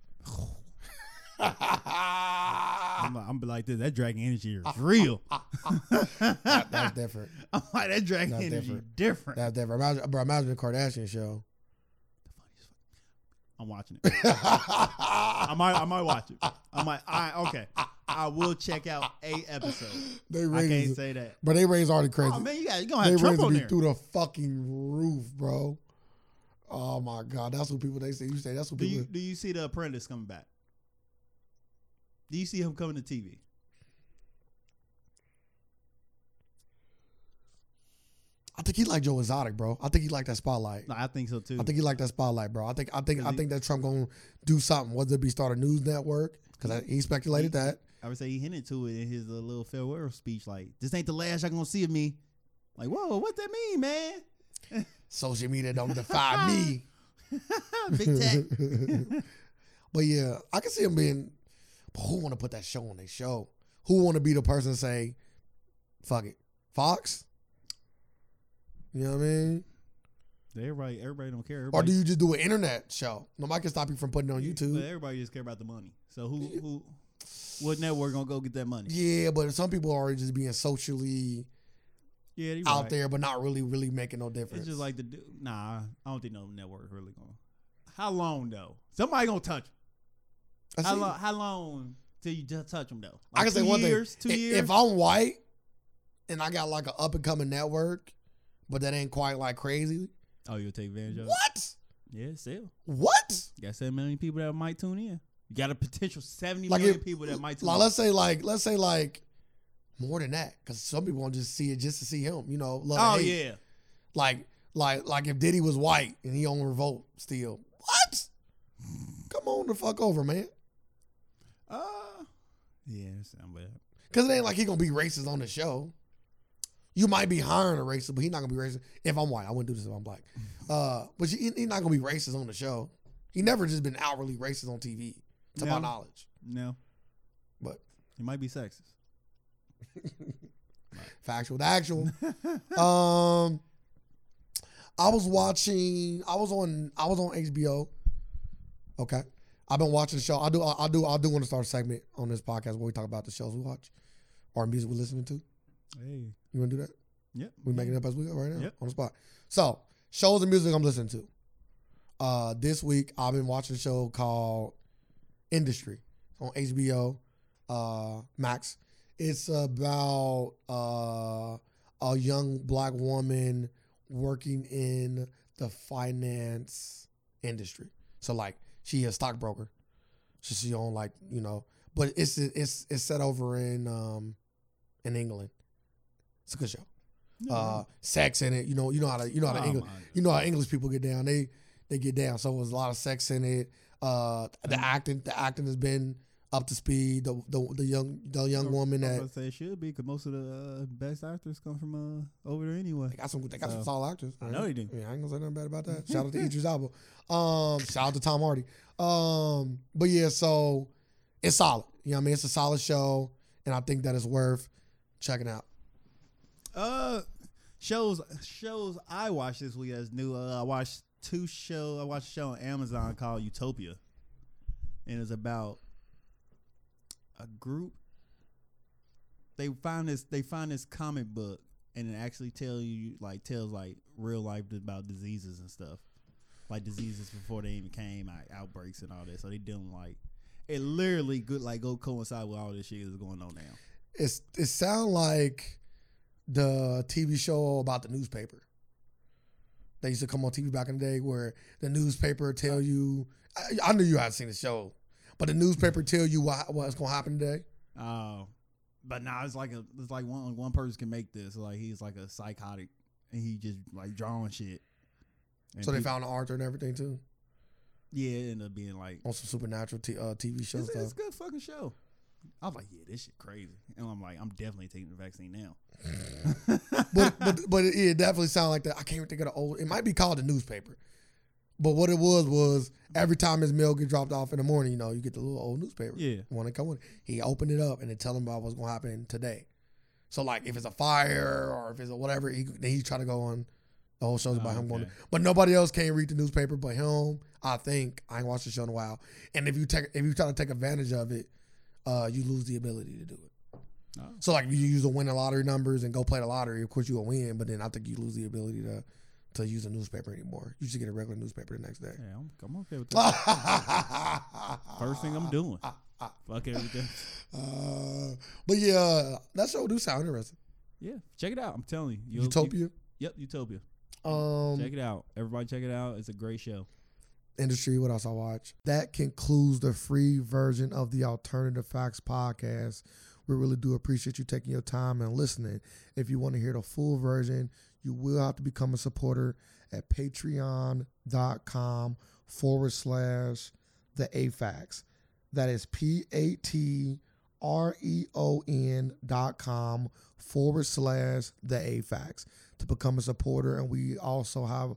S1: I'm, like- I'm be like this. That dragon energy
S2: Ah,
S1: is real.
S2: That- that's different.
S1: I'm like that dragon
S2: That's
S1: energy
S2: ah, different.
S1: different.
S2: That's different. Imagine, bro, imagine the Kardashian show.
S1: I'm watching it. I might I might watch it. I might I okay. I will check out a episode.
S2: they
S1: I can't
S2: raised,
S1: say that.
S2: but they raised already crazy.
S1: Oh man, you got you gonna
S2: they
S1: have Trump
S2: raised
S1: on
S2: me
S1: there.
S2: through the fucking roof, bro. Oh my god, that's what people they say. You say that's what
S1: Do
S2: people.
S1: you do you see the apprentice coming back? Do you see him coming to TV?
S2: I think he like Joe Exotic, bro. I think he like that spotlight.
S1: No, I think so too.
S2: I think he like that spotlight, bro. I think I think I
S1: 'Cause he-
S2: think that Trump gonna do something, whether it be start a news network, because he speculated
S1: He-
S2: that.
S1: I would say he hinted to it in his uh, little farewell speech, like, this ain't the last y'all gonna see of me. Like, whoa, what that mean, man?
S2: Social media don't defy me.
S1: Big tech.
S2: but yeah, I can see him being. But who want to put that show on their show? Who want to be the person to say, "Fuck it, Fox"? You know what I mean?
S1: Everybody everybody don't care.
S2: Or
S1: Everybody,
S2: do you just do an internet show? Nobody can stop you from putting it on
S1: But
S2: YouTube.
S1: everybody just care about the money. So who who what network gonna go get that money?
S2: Yeah, but some people are just being socially
S1: Yeah, they
S2: out
S1: right.
S2: there, but not really, really making no difference.
S1: It's just like the dude. Nah, I don't think no network really gonna. How long though? Somebody gonna touch. 'em.
S2: I,
S1: How
S2: see.
S1: long? How long till you just touch them though?
S2: I can say
S1: two
S2: one
S1: years,
S2: thing:
S1: Two
S2: I-
S1: years.
S2: if I'm white and I got like an up and coming network, but that ain't quite like crazy.
S1: oh, you'll take advantage of. it?
S2: What?
S1: Yeah, still.
S2: What?
S1: You got seven million people that might tune in. You got a potential seventy
S2: Like
S1: million
S2: if-
S1: people that might tune.
S2: Like,
S1: in.
S2: let's say like let's say like more than that, because some people want to just see it just to see him. You know, love.
S1: oh
S2: or hate.
S1: yeah,
S2: Like like like if Diddy was white and he on revolt still. What? Come on the fuck over, man.
S1: uh, yeah, that sound bad.
S2: Cause it ain't like he gonna be racist on the show. You might be hiring a racist, but he not gonna be racist. If I'm white, I wouldn't do this if I'm black. Uh, but he, he not gonna be racist on the show. He never just been outwardly racist on TV, to my
S1: No.
S2: knowledge.
S1: No,
S2: But
S1: it might be sexist.
S2: factual to actual. um, I was watching. I was on. I was on HBO. Okay, I've been watching the show. I do. I, I do. I do want to start a segment on this podcast where we talk about the shows we watch or music we're listening to.
S1: Hey,
S2: You want to do that?
S1: yep.
S2: We making it up as we go right now
S1: Yep.
S2: on the spot. So shows and music I'm listening to. Uh, this week I've been watching a show called Industry on HBO uh, Max. It's about uh, a young black woman working in the finance industry. So like she a stockbroker. So she on like you know, but it's it's it's set over in um in England. It's a good show.
S1: Mm-hmm.
S2: Uh, sex in it. You know you know how to you know how
S1: Oh
S2: to English you know how English people get down. They they get down. So there's a lot of sex in it. Uh,
S1: Mm-hmm.
S2: the acting the acting has been up to speed. The the, the young the young woman
S1: I was
S2: that
S1: about to say it should be because most of the uh, best actors come from uh, over there anyway.
S2: They got some. They got some
S1: So-
S2: solid actors. I
S1: know they do. Mm-hmm.
S2: Yeah, I ain't gonna say nothing bad about that. Shout out to Idris Elba. Um, shout out to Tom Hardy. Um, but yeah, so it's solid. You know, what I mean, it's a solid show, and I think that is worth checking out.
S1: Uh, shows shows I watched this week that's new. Uh, I watched two show. I watched a show on Amazon called Utopia, and it's about a group. They find this. They find this comic book, and it actually tell you like tells like real life about diseases and stuff, like diseases before they even came, like outbreaks and all that. So they dealing like it literally good like go coincide with all this shit that's going on now.
S2: It's it sound like the TV show about the newspaper. They used to come on TV back in the day where the newspaper tell you. I, I knew you had seen the show, but the newspaper tell you what, what's gonna happen today.
S1: Oh, but now it's like a it's like one one person can make this. Like he's like a psychotic, and he just like drawing shit. And
S2: So they
S1: peop-
S2: found the author and everything too
S1: yeah, it ended up being like
S2: on some supernatural t- uh, TV show
S1: it's,
S2: stuff.
S1: it's a good fucking show. I was like, yeah, this shit crazy, and I'm like, I'm definitely taking the vaccine now.
S2: but but but it, it definitely sounded like that. I can't even think of the old. It might be called a newspaper, but what it was was every time his mail get dropped off in the morning, you know, you get the little old newspaper.
S1: Yeah.
S2: want to come in. He opened it up and it tell him about what's gonna happen today. So like if it's a fire or if it's a whatever, he then he try to go on. The whole show's about
S1: Oh,
S2: him going,
S1: okay.
S2: but nobody else can read the newspaper but him. I think I ain't watched the show in a while. And if you take if you try to take advantage of it, uh, you lose the ability to do it.
S1: Oh.
S2: So like if you use the win the lottery numbers and go play the lottery, of course you will win, but then I think you lose the ability to to use a newspaper anymore. You should get a regular newspaper the next day.
S1: Yeah, I'm, I'm okay with that.
S2: Ah,
S1: First thing I'm doing, fuck everything.
S2: Uh, but yeah, that show do sound interesting.
S1: Yeah, check it out. I'm telling you, You'll- you-
S2: Utopia,
S1: yep, Utopia.
S2: um,
S1: Check it out, everybody. Check it out. It's a great show.
S2: industry. What else I watch? That concludes the free version of the Alternative Facts podcast. We really do appreciate you taking your time and listening. If you want to hear the full version, you will have to become a supporter at patreon.com forward slash the AFAX. That is P A T R E O N dot com forward slash the AFAX to become a supporter. And we also have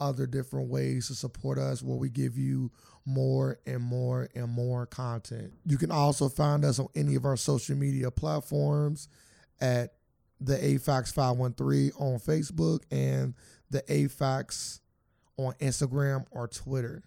S2: other different ways to support us where we give you more and more and more content. You can also find us on any of our social media platforms at the AFAX 513 on Facebook and the AFAX on Instagram or Twitter.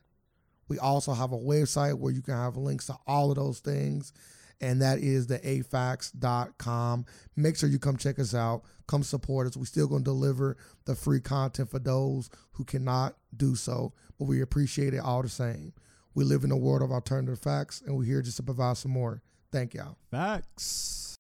S2: We also have a website where you can have links to all of those things, and that is the afax.com. Make sure you come check us out, come support us. We're still going to deliver the free content for those who cannot do so, but we appreciate it all the same. We live in a world of alternative facts, and we're here just to provide some more. Thank y'all.
S1: Facts.